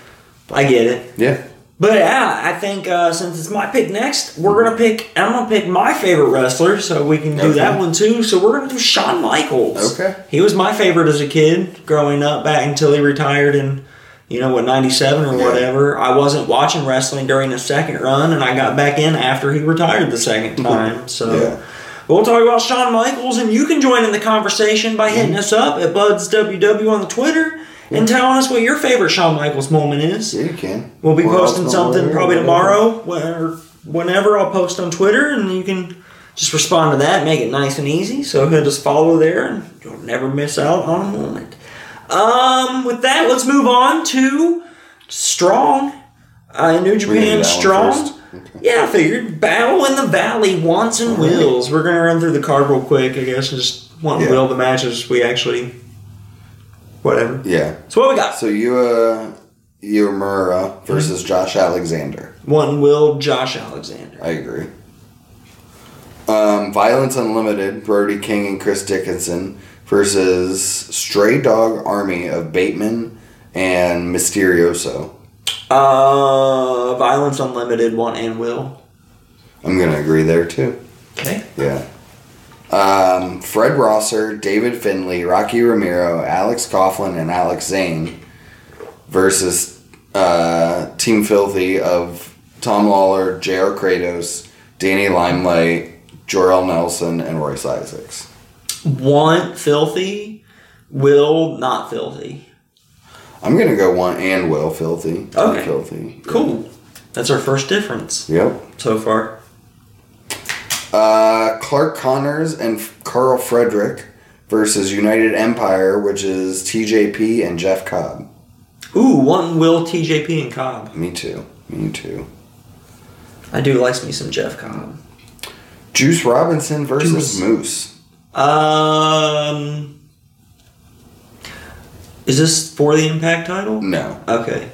I get it.
Yeah.
But yeah, I think uh, since it's my pick next, we're gonna pick. I'm gonna pick my favorite wrestler, so we can do
Okay.
that one too. So we're gonna do Shawn Michaels.
Okay.
He was my favorite as a kid, growing up back until he retired in, you know, what '97 or
Yeah.
whatever. I wasn't watching wrestling during the second run, and I got back in after he retired the second time. So.
Yeah.
We'll talk about Shawn Michaels, and you can join in the conversation by hitting us up at BudsWW on the Twitter and telling us what your favorite Shawn Michaels moment is.
Yeah, you can.
We'll be
Or
posting
Ultimate
something
Warrior,
probably
whatever.
tomorrow or whenever I'll post on Twitter, and you can just respond to that, make it nice and easy. So hit us follow there, and you'll never miss out on a moment. Um, with that, let's move on to Strong uh, in New
do that
Japan.
one
Strong.
first.
Yeah, I figured Battle in the Valley wants and wills. We're gonna run through the card real quick, I guess, and just want
Yeah.
to will the matches we actually. Whatever.
Yeah.
So what we got?
So you uh Uemura versus Josh Alexander.
One will Josh Alexander.
I agree. Um, Violence Unlimited, Brody King and Chris Dickinson versus Stray Dog Army of Bateman and Mysterioso.
Uh, Violence Unlimited, one and Will.
I'm gonna agree there too.
Okay.
Yeah. Um, Fred Rosser, David Finley, Rocky Romero, Alex Coughlin, and Alex Zane versus uh, Team Filthy of Tom Lawler, J.R. Kratos, Danny Limelight, Jorel Nelson, and Royce Isaacs.
One filthy, Will not filthy.
I'm gonna go one and Will Filthy. Team
Okay.
Filthy.
Cool. That's our first difference
Yep.
so far.
Uh, Clark Connors and F- Carl Frederick versus United Empire, which is TJP and Jeff Cobb.
Ooh, one Will, TJP, and Cobb.
Me too. Me too.
I do like me some Jeff Cobb.
Juice Robinson versus
Juice.
Moose.
Um, is this for the Impact title?
No,
Okay.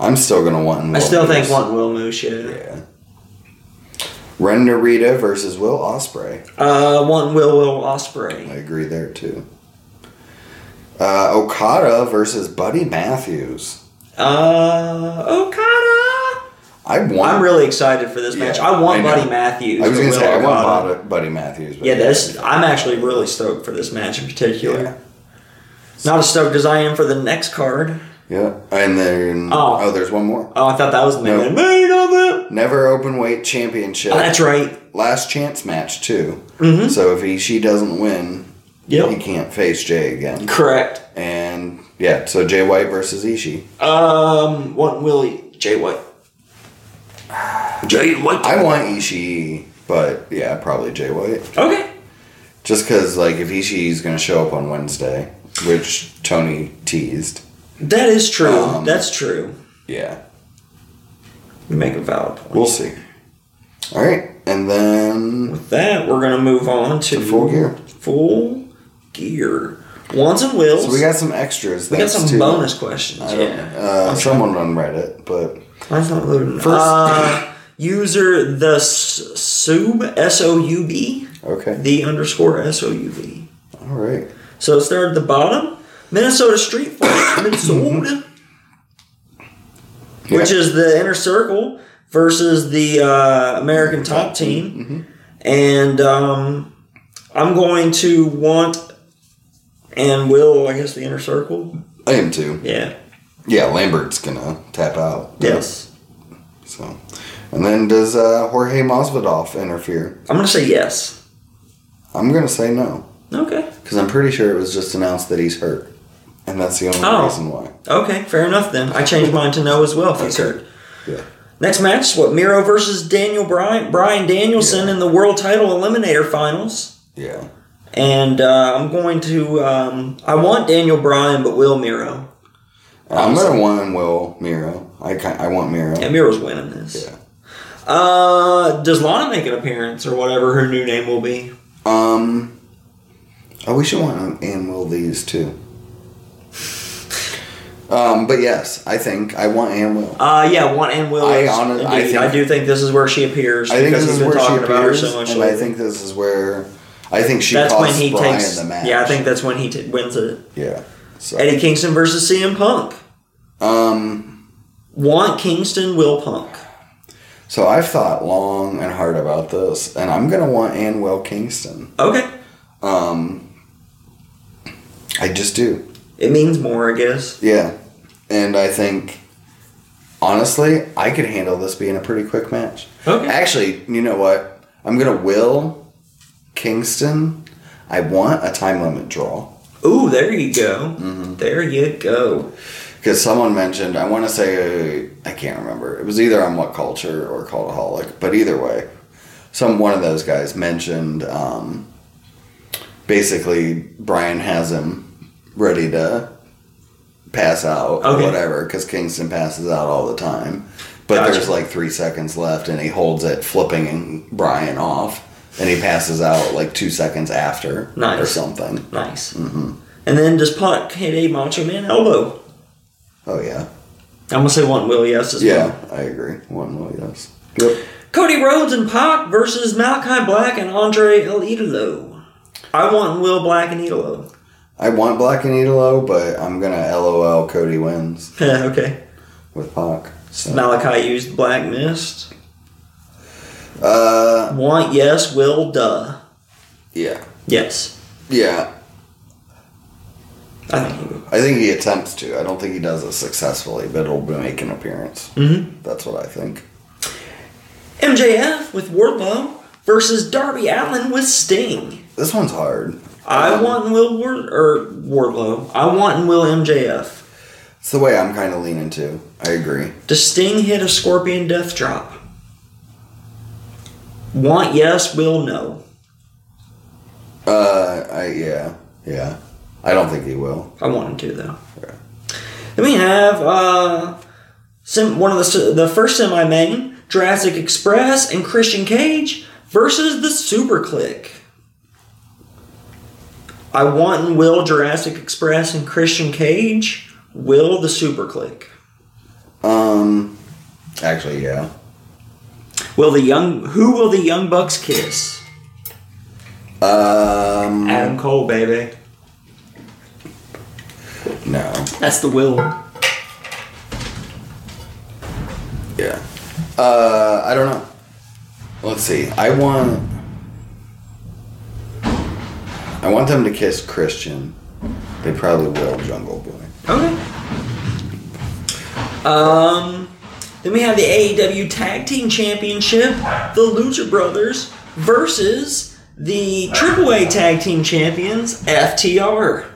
I'm still gonna want.
I still think
Moose.
one Will Moose, yeah.
Yeah. Ren Narita versus Will Osprey.
Uh, one Will Will
I
Osprey.
agree there too. Uh, Okada versus Buddy Matthews.
Uh, Okada.
I want.
I'm really excited for this match.
Yeah,
I want
I know.
Buddy Matthews.
I was
to
gonna
Will
say I want
Okada.
Buddy- Buddy Matthews. But
Yeah, this I'm actually really stoked for this match in particular.
Yeah.
Not as stoked as I am for the next card.
Yeah, and then
Oh.
oh, there's one more.
Oh, I thought that was the main
No.
event. Main event!
Never open weight championship.
Oh, that's right.
Last chance match too.
Mhm.
So if he she doesn't win, he
Yep.
can't face Jay again.
Correct.
And yeah, so Jay White versus Ishii.
Um, one Willie Jay White. Jay White.
I want Ishii, but yeah, probably Jay White.
Okay.
Just because, like, if Ishii's going to show up on Wednesday, which Tony teased.
That is true.
Um,
That's true.
Yeah,
You make a valid point.
we'll see. All right, and then
With that, we're gonna move on to
the full gear.
Full gear. Ones and wills.
So we got some extras.
We got
thanks
some
to-
bonus questions.
I don't-
yeah.
Uh, someone on Reddit, but
Mine's not loading.
First-
uh, user the s- sub s o u b
okay.
the underscore s o u b.
All right.
So it's there at the bottom. Minnesota Street Fight, Minnesota,
Yeah.
which is the inner circle versus the uh, American top team, and um, I'm going to want and will I guess the inner circle.
I am too.
Yeah.
Yeah, Lambert's going to tap out.
Yes.
So, and then does uh, Jorge Masvidal interfere?
I'm gonna say yes.
I'm going to say no.
Okay.
Because I'm pretty sure it was just announced that he's hurt. And that's the only
Oh.
reason why.
Okay, fair enough then. I changed mine to no as well if he's
Okay.
hurt.
Yeah.
Next match, what Miro versus Daniel Bryan, Brian Danielson in the World Title Eliminator Finals,
Yeah.
and uh, I'm going to um, I want Daniel Bryan, but will Miro?
I'm going to want Will Miro. I, ki- I want Miro.
Yeah, Miro's winning this.
Yeah.
Uh, does Lana make an appearance or whatever her new name will be?
Um. Oh, we should want and Will these too. Um, but yes, I think I want and Will.
Uh, yeah, one and will.
I honest- I
Indeed,
think-
do think this is where she appears.
I think
because
this is
he's
where
been
she
talking about her
appears,
so much
and I
lately.
think this is where I think she
that's when
costs
he
Brian
takes.
the match.
Yeah, I think that's when he t- wins it.
yeah. So,
Eddie Kingston versus CM Punk.
um,
Want Kingston, will Punk.
so I've thought long and hard about this, and I'm gonna want and Will Kingston.
Okay.
Um, I just do.
It means more, I guess.
Yeah. And I think, honestly, I could handle this being a pretty quick match.
Okay.
Actually, you know what? I'm going to will Kingston. I want a time limit draw.
Ooh, there you go. There you go.
Because someone mentioned, I want to say, I can't remember. It was either on What Culture or Cultaholic, but either way, some one of those guys mentioned um, basically Brian has him ready to pass out
Okay.
or whatever because Kingston passes out all the time. But
Gotcha.
there's like three seconds left and he holds it, flipping Brian off and he passes out like two seconds after
Nice.
or something.
Nice. And then does Pac hit a Macho Man elbow?
Oh yeah,
I'm gonna say one will yes as well.
yeah, I agree. One will yes. Yep.
Cody Rhodes and Pac versus Malachi Black and Andre El Idolo. I want Will Black and Idolo.
I want Black and Idolo, but I'm gonna LOL. Cody wins
Yeah, okay.
with Pac. So,
Malachi used Black Mist.
uh,
Want yes, Will duh.
yeah,
Yes.
yeah.
I think he would.
I think he attempts to. I don't think he does it successfully, but it'll make an appearance.
Mhm.
That's what I think.
MJF with Wardlow versus Darby Allen with Sting.
This one's hard.
I
Um,
want Will Ward or Wardlow. I want Will MJF.
It's the way I'm kind of leaning to. I agree.
Does Sting hit a Scorpion Death Drop? Want yes, will no.
Uh, I yeah, yeah. I don't think he will.
I want him to though.
Okay.
Then we have uh, sim- one of the s- the first semi main Jurassic Express and Christian Cage versus the Super Click. I want and will Jurassic Express and Christian Cage. Will the Super Click?
Um, actually, yeah.
Will the young who will the Young Bucks kiss?
Um,
Adam Cole, baby.
no.
That's the will.
Yeah. Uh, I don't know. Let's see. I want. I want them to kiss Christian. They probably will, Jungle Boy.
Okay. Um, then we have the AEW Tag Team Championship, the Lucha Brothers versus the AAA Tag Team Champions, FTR.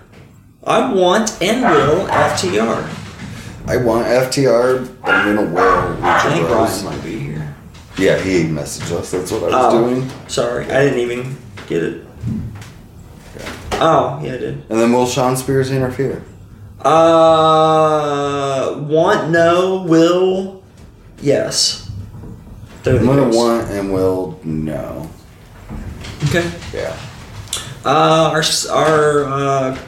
I want and will FTR.
I want FTR, but I'm gonna wear
I
Lucha
think
Bros.
Brian might be here.
Yeah, he messaged us. That's what I was
Oh,
doing.
sorry, I didn't even get it. Oh, yeah, I did.
And then will Sean Spears interfere?
Uh, want no, will yes. There
I'm
they
gonna
goes.
want and will no.
Okay.
Yeah.
Uh, our our uh,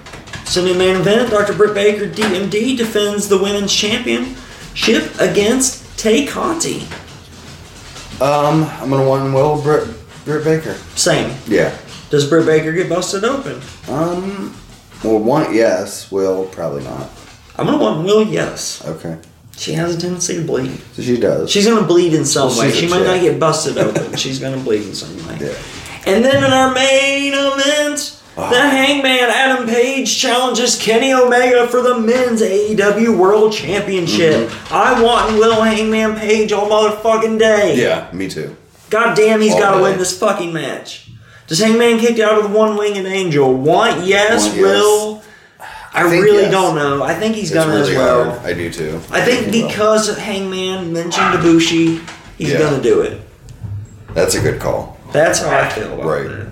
Sunday main event, Dr. Britt Baker, DMD, defends the women's championship against Tay Conti.
Um, I'm gonna want and will Britt, Britt Baker.
Same.
Yeah.
Does Britt Baker get busted open?
Um, well, want yes, will probably not.
I'm gonna want Will. Yes,
Okay.
she has a tendency to bleed.
So she does.
She's gonna bleed in some
Well,
way.
she's a
She might not
chick.
get busted open. She's gonna bleed in some way.
Yeah.
And then in our main event,
Ah.
the Hangman Adam Page challenges Kenny Omega for the men's AEW World Championship.
Mm-hmm.
I want and will Hangman Page all motherfucking day.
Yeah, me too.
God damn, he's
All
got to
day.
win this fucking match. Does Hangman kick out of the one winged angel? Want yes,
Want yes.
will. I,
think
really
yes.
don't know. I think he's
It's
gonna
really
as well.
hard. I do too.
I think
he will.
because Hangman mentioned Ibushi, he's
Yeah.
gonna do it.
that's a good call.
That's how I feel about
Right.
that.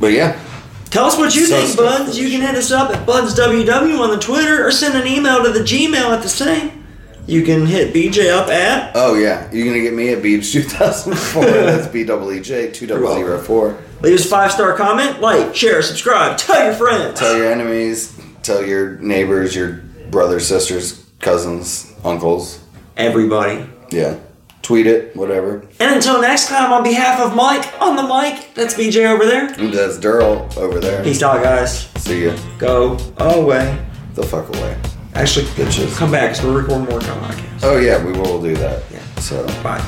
But yeah,
Tell us what you
So
think,
stupid.
Buds. You can hit us up at BudsWW on the Twitter or send an email to the Gmail at the same. You can hit BJ up at.
oh yeah, you're gonna get me at Beach 2004. that's B double E J two double zero four.
Leave us a five star comment, like, share, subscribe, tell your friends.
Tell your enemies, tell your neighbors, your brothers, sisters, cousins, uncles.
Everybody.
Yeah, tweet it, whatever.
And until next time, on behalf of Mike on the mic, that's BJ over there.
And That's Daryl over there.
Peace out, guys.
See ya.
Go away.
The fuck away,
Actually,
bitches.
come back because we're recording more podcasts.
Oh yeah, we will do that.
Yeah.
So.
Bye.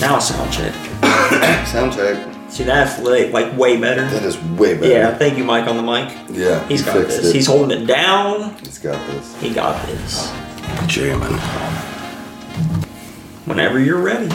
Now a sound check.
Sound check.
See, that's like, like way better.
That is way better.
Yeah, thank you, Mike, on the mic.
Yeah.
He's
he
got
fixed
this.
It.
He's holding it down.
He's got this.
He got this.
Jamming.
Whenever you're ready.